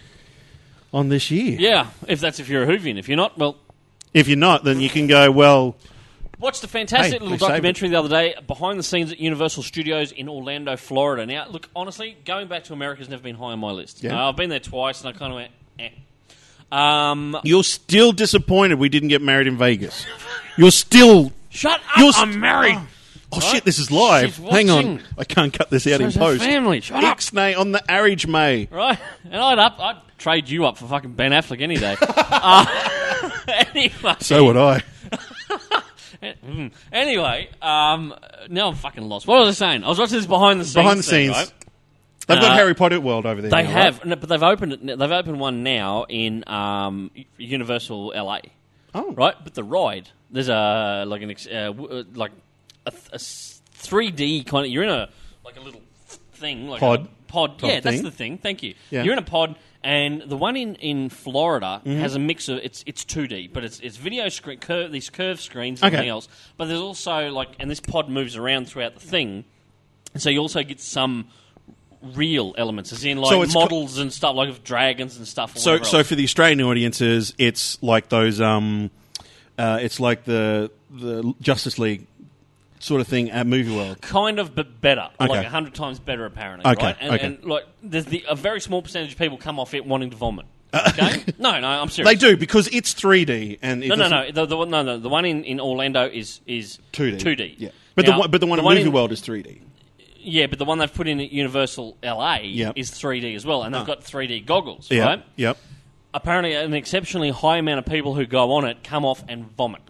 Speaker 2: on this year.
Speaker 1: yeah. If that's if you're a Whovian, if you're not, well,
Speaker 2: If you're not, then you can go. Well,
Speaker 1: Watched a fantastic
Speaker 2: Hey,
Speaker 1: little
Speaker 2: we saved
Speaker 1: documentary the other day behind the scenes at Universal Studios in Orlando, Florida. Now, look, honestly, going back to America's never been high on my list.
Speaker 2: Yeah.
Speaker 1: Uh, I've been there twice, and I kind of went. Eh. Um,
Speaker 2: you're still disappointed we didn't get married in Vegas. You're still.
Speaker 1: shut up!
Speaker 2: You're s-
Speaker 1: I'm married.
Speaker 2: Oh shit! This is live.
Speaker 1: She's
Speaker 2: Hang on,
Speaker 1: watching.
Speaker 2: I can't cut this out
Speaker 1: There's
Speaker 2: in
Speaker 1: her
Speaker 2: post.
Speaker 1: family. Shut up,
Speaker 2: Ixnay on the Arage May.
Speaker 1: right? And I'd up. I'd trade you up for fucking Ben Affleck any day. uh, anyway,
Speaker 2: So would I.
Speaker 1: Mm. anyway, um, now I'm fucking lost. What was I saying? I was watching this behind the scenes.
Speaker 2: Behind the
Speaker 1: thing,
Speaker 2: scenes,
Speaker 1: right?
Speaker 2: they've got
Speaker 1: Uh,
Speaker 2: Harry Potter World over there.
Speaker 1: They
Speaker 2: now, right?
Speaker 1: have, no, but they've opened it. They've opened one now in um, Universal LA.
Speaker 2: Oh.
Speaker 1: right. But the ride there's a like an ex- uh, w- uh, like a, th- a s- 3D kind of. You're in a like a little thing, like
Speaker 2: Pod.
Speaker 1: A pod.
Speaker 2: Type
Speaker 1: Yeah, that's
Speaker 2: thing.
Speaker 1: the thing. Thank you.
Speaker 2: Yeah. Mm-hmm.
Speaker 1: You're in a pod, and the one in in Florida has a mix of it's it's 2D, but it's it's video screen, cur- these curved screens, and
Speaker 2: Okay.
Speaker 1: everything else. But there's also like, and this pod moves around throughout the thing, and so you also get some real elements, as in like
Speaker 2: So it's co-
Speaker 1: models and stuff, like of dragons and stuff. or
Speaker 2: So,
Speaker 1: whatever
Speaker 2: so
Speaker 1: else.
Speaker 2: for the Australian audiences, it's like those. Um, uh, it's like the the Justice League sort of thing at Movie World.
Speaker 1: kind of, but better,
Speaker 2: Okay.
Speaker 1: like a hundred times better, apparently.
Speaker 2: Okay,
Speaker 1: right? And,
Speaker 2: okay.
Speaker 1: and like, there's the, a very small percentage of people come off it wanting to vomit. Okay, no, no, I'm serious.
Speaker 2: Uh, They do because it's 3D and it
Speaker 1: No, no,
Speaker 2: doesn't-
Speaker 1: no. The, the, one- no, no. The one in, in Orlando is is
Speaker 2: 2D.
Speaker 1: 2D.
Speaker 2: Yeah, but
Speaker 1: Now,
Speaker 2: the one, but the one at Movie
Speaker 1: in-
Speaker 2: World is 3D.
Speaker 1: Yeah, but the one they've put in at Universal LA
Speaker 2: Yep.
Speaker 1: is 3D as well, and they've got 3D goggles,
Speaker 2: Yeah,
Speaker 1: right?
Speaker 2: yep.
Speaker 1: Apparently, an exceptionally high amount of people who go on it come off and vomit,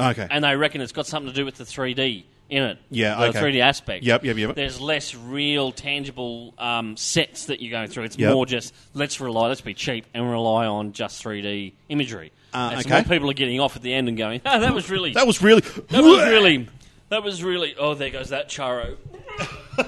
Speaker 2: Okay.
Speaker 1: and they reckon it's got something to do with the 3D in it.
Speaker 2: Yeah,
Speaker 1: the
Speaker 2: okay.
Speaker 1: 3D aspect.
Speaker 2: Yep, yep, yep.
Speaker 1: There's less real, tangible um, sets that you're going through. It's
Speaker 2: Yep.
Speaker 1: more just let's rely, let's be cheap, and rely on just 3D imagery.
Speaker 2: Uh,
Speaker 1: and so
Speaker 2: okay.
Speaker 1: more people are getting off at the end and going, "Oh, that was really
Speaker 2: that was really.
Speaker 1: that was really. That was really. Oh, there goes that charo.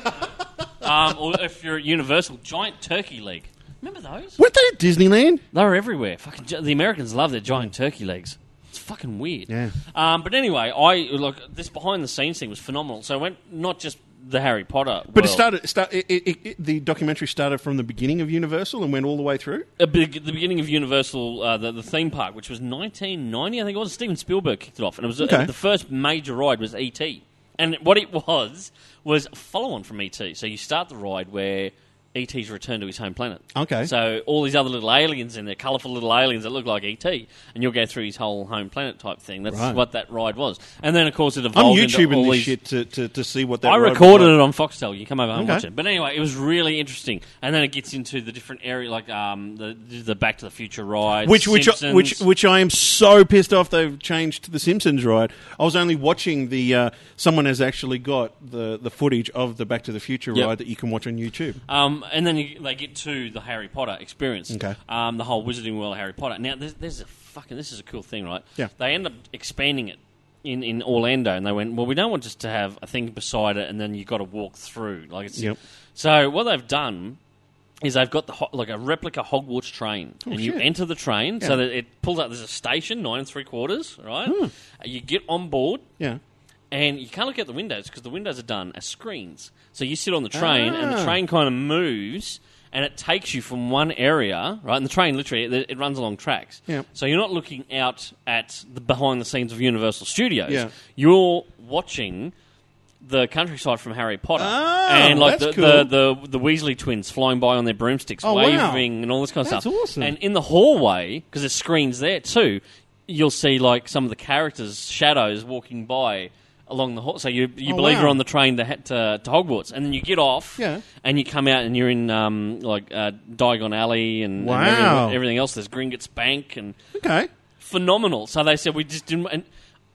Speaker 1: um, or if you're at Universal, giant turkey leg. Remember those?
Speaker 2: Weren't they at Disneyland?
Speaker 1: They were everywhere. Fucking gi- the Americans love their giant turkey legs. It's fucking weird.
Speaker 2: Yeah.
Speaker 1: Um, but anyway, I look this behind the scenes thing was phenomenal. So it went not just the Harry Potter,
Speaker 2: But it
Speaker 1: world.
Speaker 2: started. Start, it, it, it, the documentary started from the beginning of Universal and went all the way through.
Speaker 1: a big, the beginning of Universal, uh, the, the theme park, which was 1990, I think it was. Steven Spielberg kicked it off, and it was
Speaker 2: Okay.
Speaker 1: uh, the first major ride was ET, and what it was was a follow-on from ET. So you start the ride where ET's returned to his home planet.
Speaker 2: Okay.
Speaker 1: So all these other little aliens in there, colourful little aliens that look like ET, and you'll go through his whole home planet type thing. That's
Speaker 2: Right.
Speaker 1: what that ride was, and then of course it
Speaker 2: I'm
Speaker 1: evolved into all
Speaker 2: YouTubing this
Speaker 1: these
Speaker 2: shit to, to, to see what that.
Speaker 1: I
Speaker 2: ride was
Speaker 1: recorded
Speaker 2: like.
Speaker 1: it on Foxtel. You come over and
Speaker 2: Okay.
Speaker 1: watch it. But anyway, it was really interesting. And then it gets into the different area, like um, the the Back to the Future ride,
Speaker 2: which which
Speaker 1: Simpsons.
Speaker 2: which which I am so pissed off they've changed to the Simpsons ride. I was only watching the uh, someone has actually got the the footage of the Back to the Future
Speaker 1: Yep.
Speaker 2: ride that you can watch on YouTube.
Speaker 1: Um, and then you, they get to the Harry Potter experience.
Speaker 2: Okay.
Speaker 1: Um, the whole Wizarding World of Harry Potter. Now, there's, there's a fucking. This is a cool thing, right?
Speaker 2: Yeah.
Speaker 1: They end up expanding it in, in Orlando, and they went, well, we don't want just to have a thing beside it, and then you've got to walk through. Like it's.
Speaker 2: Yep.
Speaker 1: So what they've done is they've got the ho- like a replica Hogwarts train, and you
Speaker 2: Oh, shit.
Speaker 1: enter the train so that it pulls out. There's a station, nine and three quarters, right?
Speaker 2: Hmm.
Speaker 1: You get on board,
Speaker 2: Yeah.
Speaker 1: and you can't look out the windows because the windows are done as screens. So you sit on the train, and
Speaker 2: Ah.
Speaker 1: the train kind of moves, and it takes you from one area, right? And the train literally it, it runs along tracks.
Speaker 2: Yep.
Speaker 1: So you're not looking out at the behind the scenes of Universal Studios.
Speaker 2: Yeah.
Speaker 1: You're watching the countryside from Harry Potter,
Speaker 2: Ah,
Speaker 1: and like
Speaker 2: that's
Speaker 1: the, the, the the Weasley twins flying by on their broomsticks,
Speaker 2: Oh, wow.
Speaker 1: waving, and all this kind of
Speaker 2: That's
Speaker 1: stuff.
Speaker 2: awesome.
Speaker 1: And in the hallway, because there's screens there too, you'll see like some of the characters' shadows walking by along the hall. So you you
Speaker 2: Oh,
Speaker 1: believe
Speaker 2: wow.
Speaker 1: you're on the train to, ha- to to Hogwarts, and then you get off,
Speaker 2: Yeah.
Speaker 1: and you come out and you're in um, like uh, Diagon Alley and, and
Speaker 2: Wow.
Speaker 1: everything, everything else. There's Gringotts Bank and
Speaker 2: Okay.
Speaker 1: phenomenal. So they said we just didn't. And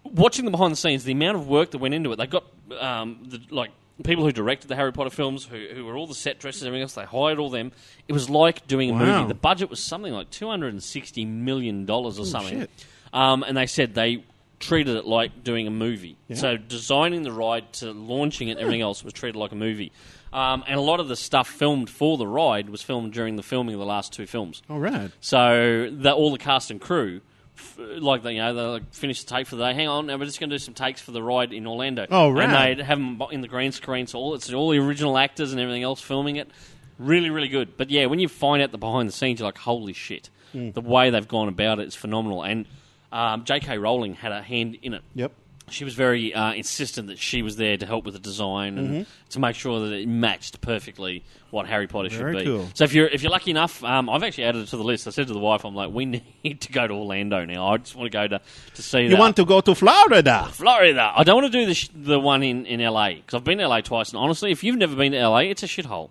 Speaker 1: watching the behind the scenes, the amount of work that went into it, they got um, the, like people who directed the Harry Potter films, who, who were all the set dressers and everything else. They hired all them. It was like doing a
Speaker 2: Wow.
Speaker 1: movie. The budget was something like two hundred and sixty million dollars or something.
Speaker 2: shit.
Speaker 1: Um, and they said they treated it like doing a movie. So designing the ride to launching it, and everything else was treated like a movie. Um, and a lot of the stuff filmed for the ride was filmed during the filming of the last two films.
Speaker 2: All right.
Speaker 1: So that all the cast and crew, f- like they, you know, they like finish the take for the day. Hang on, now we're just going to do some takes for the ride in Orlando.
Speaker 2: Oh, rad.
Speaker 1: And they have them in the green screen, so all it's all the original actors and everything else filming it. Really, really good. But yeah, when you find out the behind the scenes, you're like, holy shit!
Speaker 2: Hmm.
Speaker 1: The way they've gone about it is phenomenal. And um, J.K. Rowling had a hand in it
Speaker 2: Yep.
Speaker 1: she was very uh, insistent that she was there to help with the design and
Speaker 2: Mm-hmm.
Speaker 1: to make sure that it matched perfectly what Harry Potter
Speaker 2: Very
Speaker 1: should be.
Speaker 2: cool.
Speaker 1: So if you're if you're lucky enough, um, I've actually added it to the list. I said to the wife, I'm like, we need to go to Orlando now. I just want to go to to see
Speaker 2: You
Speaker 1: that.
Speaker 2: want to go to Florida?
Speaker 1: Florida. I don't want to do the sh- the one in in LA because I've been to LA twice, and honestly, if you've never been to LA, it's a shithole.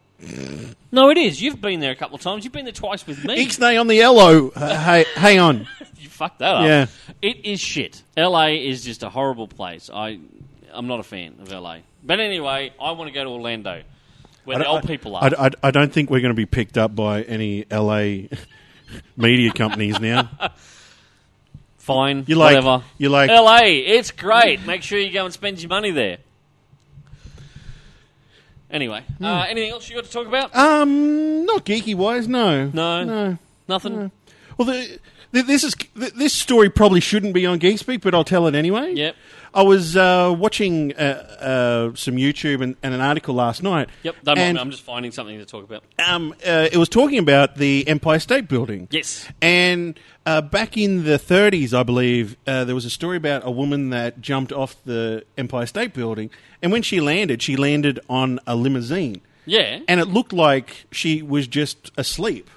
Speaker 1: no, it is. You've been there a couple of times. You've been there twice with me.
Speaker 2: Ixnay on the yellow. Uh, hey, hang on.
Speaker 1: you fucked that up.
Speaker 2: Yeah.
Speaker 1: It is shit. LA is just a horrible place. I I'm not a fan of LA. But anyway, I want to go to Orlando. Where the old people are.
Speaker 2: I, I, I don't think we're going to be picked up by any LA media companies now.
Speaker 1: Fine.
Speaker 2: You like-
Speaker 1: whatever.
Speaker 2: you like-
Speaker 1: LA, it's great. Make sure you go and spend your money there. Anyway.
Speaker 2: Hmm.
Speaker 1: Uh, anything else you got to talk about?
Speaker 2: Um, not geeky wise, no,
Speaker 1: No.
Speaker 2: no.
Speaker 1: Nothing?
Speaker 2: Well, the, th this is th this story probably shouldn't be on Geek Speak, but I'll tell it anyway.
Speaker 1: Yep.
Speaker 2: I was uh, watching uh, uh, some YouTube and, and an article last night.
Speaker 1: Yep, don't mind
Speaker 2: and,
Speaker 1: me. I'm just finding something to talk about.
Speaker 2: um, uh, it was talking about the Empire State Building.
Speaker 1: Yes.
Speaker 2: And uh, back in the 30s, I believe, uh, there was a story about a woman that jumped off the Empire State Building. And when she landed, she landed on a limousine.
Speaker 1: Yeah.
Speaker 2: And it looked like she was just asleep.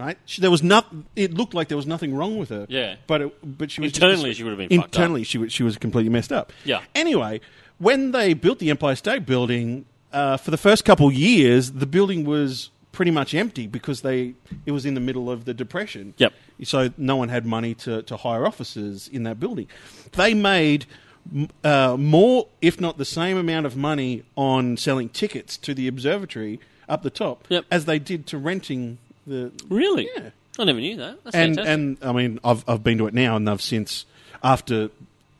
Speaker 2: Right? She, there was not. It looked like there was nothing wrong with her.
Speaker 1: Yeah.
Speaker 2: But it, but she was just
Speaker 1: Internally,
Speaker 2: asleep.
Speaker 1: she would have been fucked up.
Speaker 2: internally she was she was completely messed up.
Speaker 1: Yeah.
Speaker 2: Anyway, when they built the Empire State Building, uh, for the first couple years, the building was pretty much empty because they it was in the middle of the depression.
Speaker 1: Yep.
Speaker 2: So no one had money to to hire officers in that building. They made. m- Uh, more, if not the same amount of money on selling tickets to the observatory up the top
Speaker 1: Yep.
Speaker 2: as they did to renting the
Speaker 1: really?
Speaker 2: Yeah
Speaker 1: I never knew that. That's
Speaker 2: and
Speaker 1: fantastic.
Speaker 2: and I mean, I've I've been to it now, and they've since after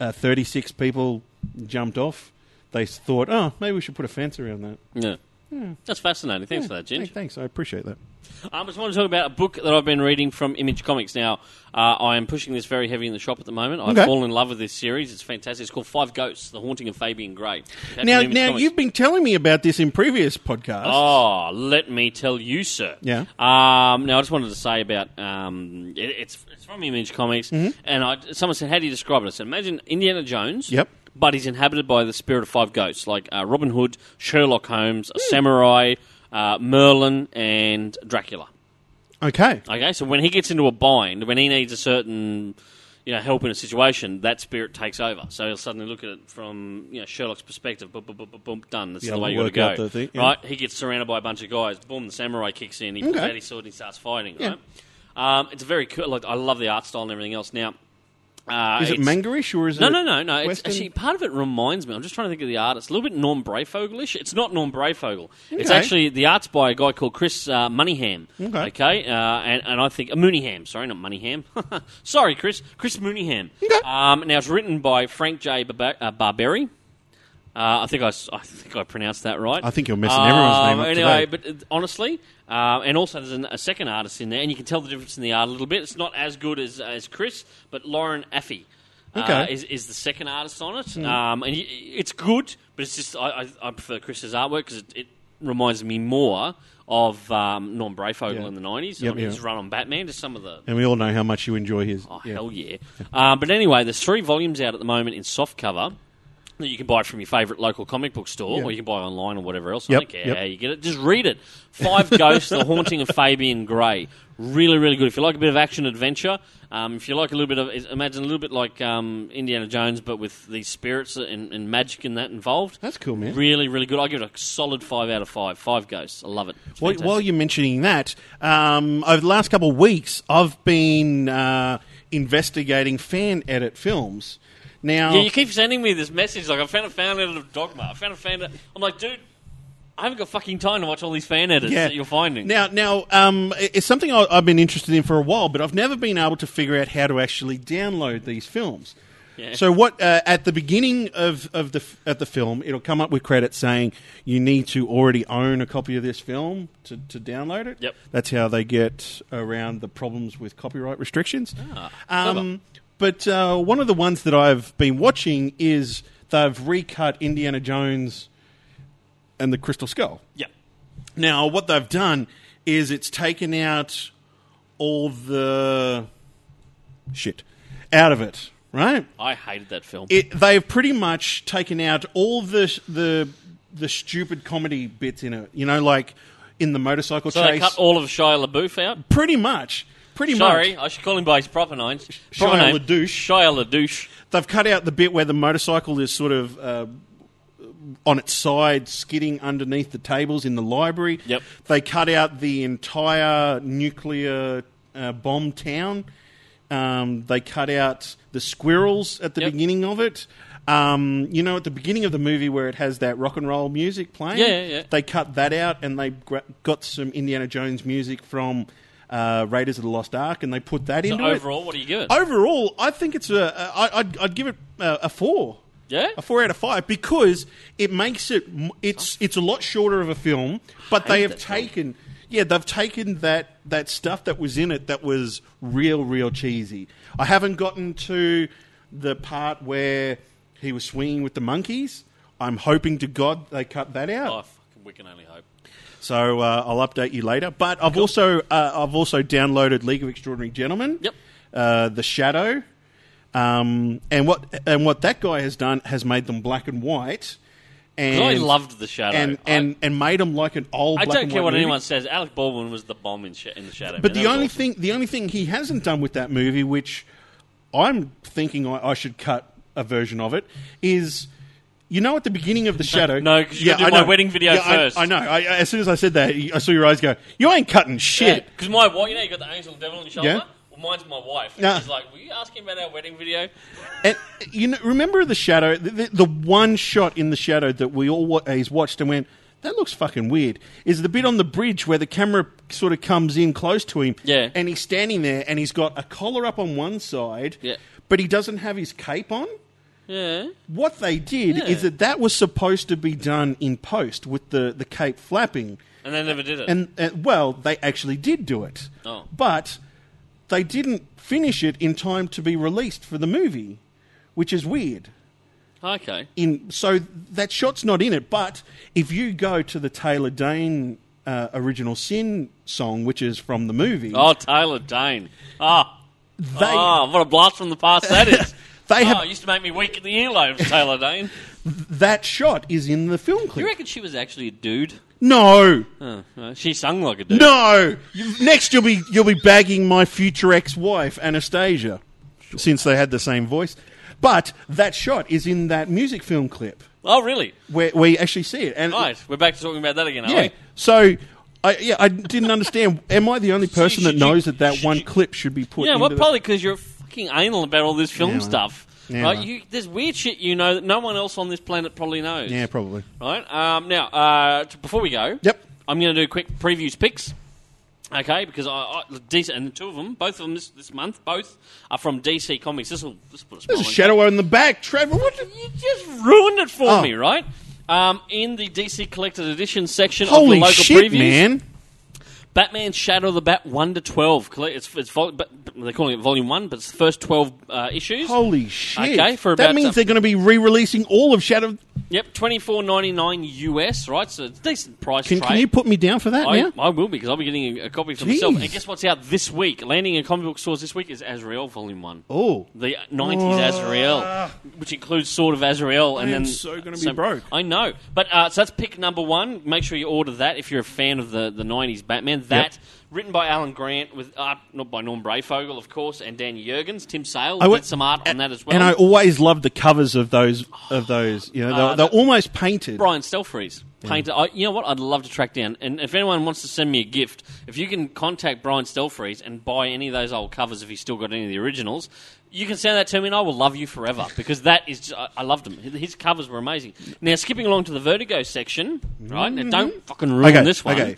Speaker 2: uh, thirty six people jumped off, they s- thought, oh, maybe we should put a fence around that.
Speaker 1: yeah.
Speaker 2: Hmm.
Speaker 1: That's fascinating. Thanks for that, Ginge.
Speaker 2: Hey, thanks, I appreciate that.
Speaker 1: Um, I just want to talk about a book that I've been reading from Image Comics. Now, uh, I am pushing this very heavy in the shop at the moment. I've
Speaker 2: Okay.
Speaker 1: fallen in love with this series. It's fantastic. It's called Five Ghosts: The Haunting of Fabian Gray. That's
Speaker 2: Now,
Speaker 1: from Image
Speaker 2: now
Speaker 1: Comics.
Speaker 2: you've been telling me about this in previous podcasts.
Speaker 1: Oh, let me tell you, sir.
Speaker 2: Yeah.
Speaker 1: Um, now, I just wanted to say about um, it, it's it's from Image Comics,
Speaker 2: Mm-hmm.
Speaker 1: and I, someone said, "How do you describe it?" I said, "Imagine Indiana Jones."
Speaker 2: Yep.
Speaker 1: But he's inhabited by the spirit of five ghosts, like uh, Robin Hood, Sherlock Holmes,
Speaker 2: Hmm.
Speaker 1: a samurai, uh, Merlin, and Dracula. Oh,
Speaker 2: Okay,
Speaker 1: Okay, so when he gets into a bind, when he needs a certain, you know, help in a situation, that spirit takes over. So he'll suddenly look at it from you know Sherlock's perspective. Boom, boom, boom, boom, boom done. That's
Speaker 2: Yeah,
Speaker 1: the way you
Speaker 2: work
Speaker 1: got to
Speaker 2: out
Speaker 1: go.
Speaker 2: the thing, yeah.
Speaker 1: Right? He gets surrounded by a bunch of guys. Boom, the samurai kicks in. He pulls
Speaker 2: Okay.
Speaker 1: out his sword and he starts fighting.
Speaker 2: Yeah.
Speaker 1: Right? Um, it's very cool. Like I love the art style and everything else. Now, uh,
Speaker 2: is it
Speaker 1: it's-
Speaker 2: mangarish or is
Speaker 1: no,
Speaker 2: it?
Speaker 1: no, no, no. It's
Speaker 2: Western-
Speaker 1: actually part of it reminds me. I'm just trying to think of the artist. A little bit Norm Brayfogelish. It's not Norm Brayfogle. It's
Speaker 2: Okay.
Speaker 1: actually the art's by a guy called Chris uh, Moneyham.
Speaker 2: Okay.
Speaker 1: uh, and and I think uh, Mooneyham. Sorry, not Moneyham. sorry, Chris. Chris Mooneyham.
Speaker 2: Okay.
Speaker 1: Um, now it's written by Frank J. Barba- uh, Barberi. Uh, I think I, s- I think I pronounced that right.
Speaker 2: I think you're messing everyone's name
Speaker 1: Um,
Speaker 2: up
Speaker 1: Anyway,
Speaker 2: today.
Speaker 1: but uh, honestly, uh, and also there's an, a second artist in there, and you can tell the difference in the art a little bit. It's not as good as, as Chris, but Lauren Affey. uh,
Speaker 2: Okay. Hmm.
Speaker 1: is, is the second artist on it, um, and y- it's good, but it's just I, I, I prefer Chris's artwork because it, it reminds me more of um, Norm Brayfogle
Speaker 2: Yeah.
Speaker 1: in the nineties.
Speaker 2: Yep,
Speaker 1: I mean,
Speaker 2: yeah.
Speaker 1: his run on Batman, just some of the
Speaker 2: And we all know how much you enjoy his.
Speaker 1: Oh,
Speaker 2: yeah.
Speaker 1: hell yeah. Uh, but anyway, there's three volumes out at the moment in soft cover that you can buy from your favourite local comic book store
Speaker 2: Yeah.
Speaker 1: or you can buy online or whatever else. I
Speaker 2: Yep,
Speaker 1: don't care
Speaker 2: yep.
Speaker 1: how you get it. Just read it. Five Ghosts, The Haunting of Fabian Gray. Really, really good. If you like a bit of action adventure, um, if you like a little bit of, imagine a little bit like um, Indiana Jones, but with these spirits and, and magic and that involved.
Speaker 2: That's cool, man.
Speaker 1: Really, really good. I give it a solid five out of five. Five Ghosts. I love it. It's
Speaker 2: While,
Speaker 1: fantastic.
Speaker 2: while you're mentioning that, um, over the last couple of weeks, I've been uh, investigating fan edit films. Now,
Speaker 1: Yeah, you keep sending me this message like I found a fan edit of Dogma. I found a fan edit. I'm like, dude, I haven't got fucking time to watch all these fan edits
Speaker 2: Yeah.
Speaker 1: that you're finding.
Speaker 2: Now, now, um, it- it's something I- I've been interested in for a while, but I've never been able to figure out how to actually download these films.
Speaker 1: Yeah.
Speaker 2: So, what uh, at the beginning of, of the f- at the film, it'll come up with credits saying you need to already own a copy of this film to, to download it.
Speaker 1: Yep.
Speaker 2: that's how they get around the problems with copyright restrictions.
Speaker 1: Ah, clever.
Speaker 2: um, but uh, one of the ones that I've been watching is they've recut Indiana Jones and the Crystal Skull.
Speaker 1: yeah.
Speaker 2: Now, what they've done is it's taken out all the shit out of it, right?
Speaker 1: I hated that film.
Speaker 2: It, they've pretty much taken out all the the the stupid comedy bits in it. You know, like in the motorcycle
Speaker 1: so they
Speaker 2: chase.
Speaker 1: cut all of Shia LaBeouf out.
Speaker 2: pretty much, pretty
Speaker 1: Sorry,
Speaker 2: much.
Speaker 1: I should call him by his proper names.
Speaker 2: Shia
Speaker 1: Proper name,
Speaker 2: LaDouche.
Speaker 1: Shia LaDouche.
Speaker 2: They've cut out the bit where the motorcycle is sort of. Uh, on its side, skidding underneath the tables in the library.
Speaker 1: Yep.
Speaker 2: They cut out the entire nuclear uh, bomb town. Um, they cut out the squirrels at the
Speaker 1: Yep.
Speaker 2: beginning of it. Um, you know, at the beginning of the movie where it has that rock and roll music playing,
Speaker 1: Yeah, yeah, yeah.
Speaker 2: they cut that out and they gra- got some Indiana Jones music from uh, Raiders of the Lost Ark and they put that
Speaker 1: So
Speaker 2: into it.
Speaker 1: overall, what do you give it?
Speaker 2: Overall, I think it's a. a I, I'd, I'd give it a, a four.
Speaker 1: Yeah?
Speaker 2: a four out of five because it makes it. m- It's it's a lot shorter of a film, but
Speaker 1: hate
Speaker 2: they have
Speaker 1: that film.
Speaker 2: taken. Yeah, they've taken that that stuff that was in it that was real, real cheesy. I haven't gotten to the part where he was swinging with the monkeys. I'm hoping to God they cut that out.
Speaker 1: oh, fucking, we can only hope.
Speaker 2: So uh, I'll update you later. But I've also uh, I've also downloaded League of Extraordinary Gentlemen.
Speaker 1: Yep.
Speaker 2: Uh, the Shadow, um, and what and what that guy has done has made them black and white. And
Speaker 1: I loved The Shadow.
Speaker 2: and
Speaker 1: I-
Speaker 2: and, and made them like an old.
Speaker 1: I
Speaker 2: black
Speaker 1: don't
Speaker 2: and
Speaker 1: care
Speaker 2: white
Speaker 1: what
Speaker 2: movie.
Speaker 1: anyone says. Alec Baldwin was the bomb in, sh- in the shadow. man.
Speaker 2: But the
Speaker 1: That was
Speaker 2: only
Speaker 1: awesome.
Speaker 2: thing the only thing he hasn't done with that movie, which I'm thinking I, I should cut a version of it, is you know at the beginning of the shadow.
Speaker 1: no, 'cause you gotta do
Speaker 2: I
Speaker 1: my wedding video
Speaker 2: Yeah, I-
Speaker 1: first.
Speaker 2: I, know. I, I- as soon as I said that, I saw your eyes go. You ain't cutting shit.
Speaker 1: Because my wife, you know, you got the angel and devil on your shoulder.
Speaker 2: Yeah.
Speaker 1: Well, mine's my wife. And
Speaker 2: Yeah.
Speaker 1: She's like, "Were you asking about our wedding video?"
Speaker 2: And you know, remember the shadow, the, the, the one shot in the shadow that we all wa- he's watched and went, that looks fucking weird. Is the bit on the bridge where the camera sort of comes in close to him,
Speaker 1: Yeah.
Speaker 2: and he's standing there and he's got a collar up on one side,
Speaker 1: Yeah.
Speaker 2: but he doesn't have his cape on.
Speaker 1: Yeah.
Speaker 2: What they did
Speaker 1: Yeah.
Speaker 2: is that that was supposed to be done in post with the, the cape flapping.
Speaker 1: And they never did it.
Speaker 2: And, and well, they actually did do it,
Speaker 1: Oh.
Speaker 2: but they didn't finish it in time to be released for the movie, which is weird.
Speaker 1: okay.
Speaker 2: In so that shot's not in it, but if you go to the Taylor Dane uh, original Sin song, which is from the movie,
Speaker 1: Oh, Taylor Dane. Ah.
Speaker 2: They-
Speaker 1: ah, what a blast from the past that is.
Speaker 2: They
Speaker 1: oh,
Speaker 2: have-
Speaker 1: it used to make me weak at the earlobes, Taylor Dane.
Speaker 2: that shot is in the film
Speaker 1: You
Speaker 2: clip.
Speaker 1: reckon she was actually a dude?
Speaker 2: No,
Speaker 1: Oh, no, she sung like a dude.
Speaker 2: no. You- Next, you'll be you'll be bagging my future ex-wife Anastasia, since they had the same voice. But that shot is in that music film clip.
Speaker 1: Oh, really?
Speaker 2: where, where you actually see it. And
Speaker 1: Right. We're back to talking about that again, are
Speaker 2: yeah,
Speaker 1: we?
Speaker 2: so I, yeah, I didn't understand. Am I the only
Speaker 1: should
Speaker 2: person that
Speaker 1: you-
Speaker 2: knows that that
Speaker 1: should
Speaker 2: one
Speaker 1: you-
Speaker 2: clip should be put?
Speaker 1: Yeah,
Speaker 2: into
Speaker 1: well,
Speaker 2: the-
Speaker 1: probably because you're fucking anal about all this film
Speaker 2: Yeah, well.
Speaker 1: stuff.
Speaker 2: Yeah,
Speaker 1: right?
Speaker 2: well.
Speaker 1: You, there's weird shit you know that no one else on this planet probably knows.
Speaker 2: Yeah, probably.
Speaker 1: Right. Um, now, uh, t- before we go,
Speaker 2: Yep.
Speaker 1: I'm going to do quick previews picks. Okay, because I, I decent and two of them, both of them this, this month, both are from DC Comics. This will this will put a smile
Speaker 2: There's a
Speaker 1: on-
Speaker 2: shadow in the back, Trevor. What? The,
Speaker 1: You just ruined it for
Speaker 2: Oh.
Speaker 1: me, right? Um, in the DC Collected Edition section of the
Speaker 2: holy
Speaker 1: local
Speaker 2: shit,
Speaker 1: previews,
Speaker 2: man!
Speaker 1: Batman Shadow of the Bat one to twelve. Colle- It's, it's vol- but but they're calling it Volume One, but it's the first twelve uh, issues.
Speaker 2: Holy shit!
Speaker 1: Okay, for
Speaker 2: that
Speaker 1: about
Speaker 2: means
Speaker 1: some-
Speaker 2: they're going to be re-releasing all of Shadow.
Speaker 1: Yep, twenty four ninety nine US. Right, so it's a decent price.
Speaker 2: Can,
Speaker 1: trade.
Speaker 2: can you put me down for that
Speaker 1: I,
Speaker 2: now?
Speaker 1: I will because I'll be getting a, a copy for myself. And guess what's out this week? Landing in comic book stores this week is Azrael Volume 1.
Speaker 2: Oh,
Speaker 1: The 90s Azrael, which includes Sword of Azrael. and
Speaker 2: am
Speaker 1: then
Speaker 2: so gonna be broke.
Speaker 1: I know. But uh, so that's pick number one. Make sure you order that if you're a fan of the, the 90s Batman. That, written by Alan Grant, with art not by Norm Brayfogle, of course, and Dan Jurgens. Tim Sale
Speaker 2: I
Speaker 1: did
Speaker 2: went-
Speaker 1: some art on that as well.
Speaker 2: and I always love the covers of those of those. You know, they're,
Speaker 1: Uh,
Speaker 2: they're almost painted.
Speaker 1: Brian Stelfreeze. painted. I, you know what? I'd love to track down. And if anyone wants to send me a gift, if you can contact Brian Stelfreeze and buy any of those old covers, if he's still got any of the originals, you can send that to me, and I will love you forever because that is. Just, I, I loved him. His his covers were amazing. Now skipping along to the Vertigo section, right? Now don't fucking ruin
Speaker 2: Mm. Okay,
Speaker 1: this one.
Speaker 2: okay.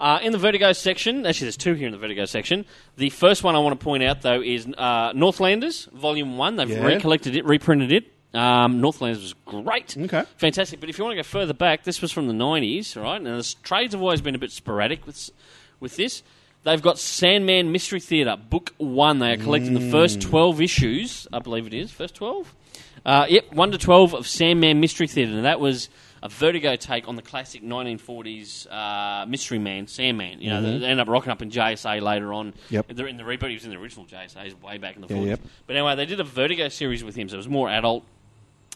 Speaker 1: Uh, in the Vertigo section, actually, there's two here in the Vertigo section. The first one I want to point out, though, is uh, Northlanders, Volume 1. They've
Speaker 2: Yeah.
Speaker 1: recollected it, reprinted it. Um, Northlanders was great.
Speaker 2: Okay.
Speaker 1: Fantastic. But if you want to go further back, this was from the 90s, all right? And the trades have always been a bit sporadic with, s- with this. They've got Sandman Mystery Theatre, Book 1. They are collecting the first
Speaker 2: Mm.
Speaker 1: 12 issues, I believe it is, first 12? Uh, yep, 1 to 12 of Sandman Mystery Theatre. Now, that was a Vertigo take on the classic 1940s uh, Mystery Man, Sandman. You know, they- they end up rocking up in JSA later on.
Speaker 2: Mm-hmm. Yep.
Speaker 1: They're in the reboot. He was in the original JSAs way back in the
Speaker 2: Yeah,
Speaker 1: 40s.
Speaker 2: yep.
Speaker 1: But anyway, they did a Vertigo series with him, so it was more adult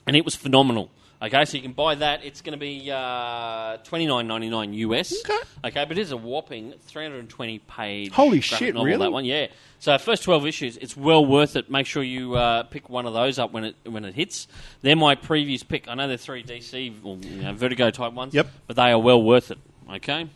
Speaker 1: and it was phenomenal. Okay, so you can buy that. It's going to be uh, twenty nine ninety nine US.
Speaker 2: Okay.
Speaker 1: okay, but it is a whopping three hundred and twenty page.
Speaker 2: Holy
Speaker 1: graphic
Speaker 2: shit,
Speaker 1: novel,
Speaker 2: really?
Speaker 1: That one, yeah. So first twelve issues, it's well worth it. Make sure you uh, pick one of those up when it when it hits. They're my previous pick. I know they're three DC or you know, Vertigo type ones.
Speaker 2: Yep.
Speaker 1: but they are well worth it. Okay,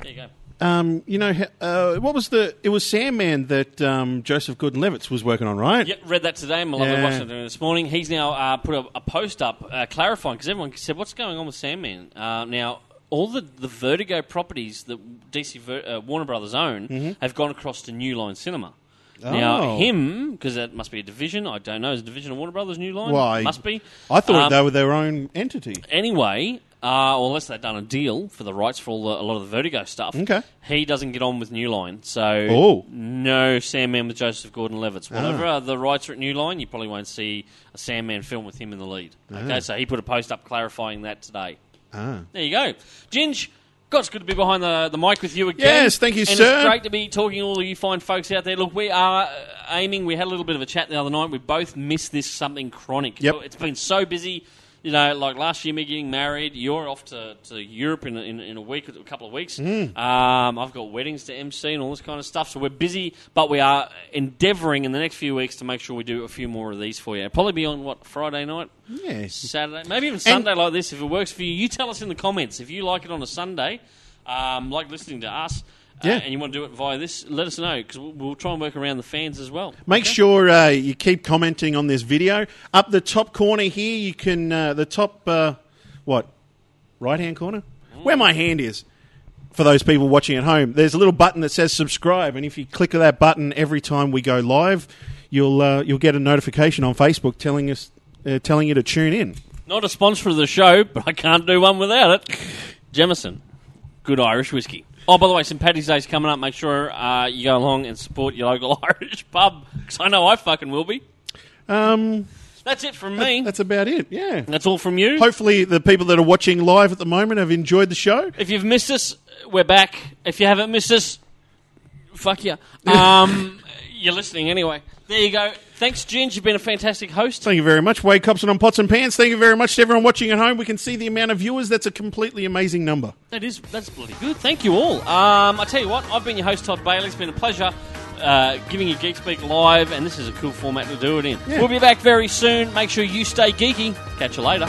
Speaker 1: there you go.
Speaker 2: Um, you know, he- uh, what was the? It was Sandman that um, Joseph Gordon-Levitt was working on, right?
Speaker 1: Yep, read that today. My lovely
Speaker 2: Yeah.
Speaker 1: watched it this morning. He's now uh, put a, a post up uh, clarifying because everyone said, "What's going on with Sandman?" Uh, now, all the, the Vertigo properties that DC Ver- uh, Warner Brothers own have gone across to New Line Cinema. Now,
Speaker 2: Mm-hmm. Oh.
Speaker 1: him because that must be a division. I don't know. Is it a division of Warner Brothers New Line?
Speaker 2: Why?
Speaker 1: must be.
Speaker 2: I thought
Speaker 1: Um,
Speaker 2: they were their own entity.
Speaker 1: anyway, uh, or unless they've done a deal for the rights for all the, a lot of the Vertigo stuff.
Speaker 2: Okay.
Speaker 1: He doesn't get on with New Line, so
Speaker 2: Oh. Ah.
Speaker 1: no Sandman with Joseph Gordon-Levitt. Whatever uh, the rights are at New Line, you probably won't see a Sandman film with him in the lead. Okay, so he put a post up clarifying that today.
Speaker 2: Ah.
Speaker 1: There you go, Ginge. God, it's good to be behind the, the mic with you again.
Speaker 2: Yes, thank you,
Speaker 1: and
Speaker 2: sir.
Speaker 1: It's great to be talking to all of you fine folks out there. Look, we are uh, aiming. We had a little bit of a chat the other night. We both missed this something chronic.
Speaker 2: Yep.
Speaker 1: It's been so busy. You know, like last year, me getting married. You're off to, to Europe in, a- in, in a week, a couple of weeks.
Speaker 2: Hmm.
Speaker 1: Um, I've got weddings to MC and all this kind of stuff. So we're busy, but we are endeavouring in the next few weeks to make sure we do a few more of these for you. It'll probably be on what Friday night.
Speaker 2: Yes.
Speaker 1: Saturday, maybe even Sunday like this. If it works for you, you tell us in the comments. If you like it on a Sunday, um, like listening to us, uh,
Speaker 2: Yeah.
Speaker 1: and you want to do it via this, let us know because we'll, we'll try and work around the fans as well.
Speaker 2: Make sure uh, you keep commenting on this video. Up the top corner here, you can uh, the top uh, what right hand corner where my hand is. For those people watching at home, there's a little button that says subscribe, and if you click that button every time we go live, you'll uh, you'll get a notification on Facebook telling us uh, telling you to tune in.
Speaker 1: Not a sponsor of the show, but I can't do one without it. Jemison, good Irish whiskey. Oh, by the way, St. Paddy's Day's coming up. Make sure uh, you go along and support your local Irish pub because I know I fucking will be.
Speaker 2: Um,
Speaker 1: That's it from me.
Speaker 2: that's about it. Yeah.
Speaker 1: That's all from you.
Speaker 2: Hopefully, the people that are watching live at the moment have enjoyed the show.
Speaker 1: If you've missed us, we're back. If you haven't missed us, fuck you. Um, you're listening anyway. There you go. Thanks, Ginge. You've been a fantastic host.
Speaker 2: Thank you very much, Wade Cobson on Pots and Pans. Thank you very much to everyone watching at home. We can see the amount of viewers. That's a completely amazing number.
Speaker 1: That is that's bloody good. Thank you all. Um, I tell you what, I've been your host Todd Bailey. It's been a pleasure uh, giving you Geek Speak live, and this is a cool format to do it in.
Speaker 2: Yeah.
Speaker 1: We'll be back very soon. Make sure you stay geeky. Catch you later.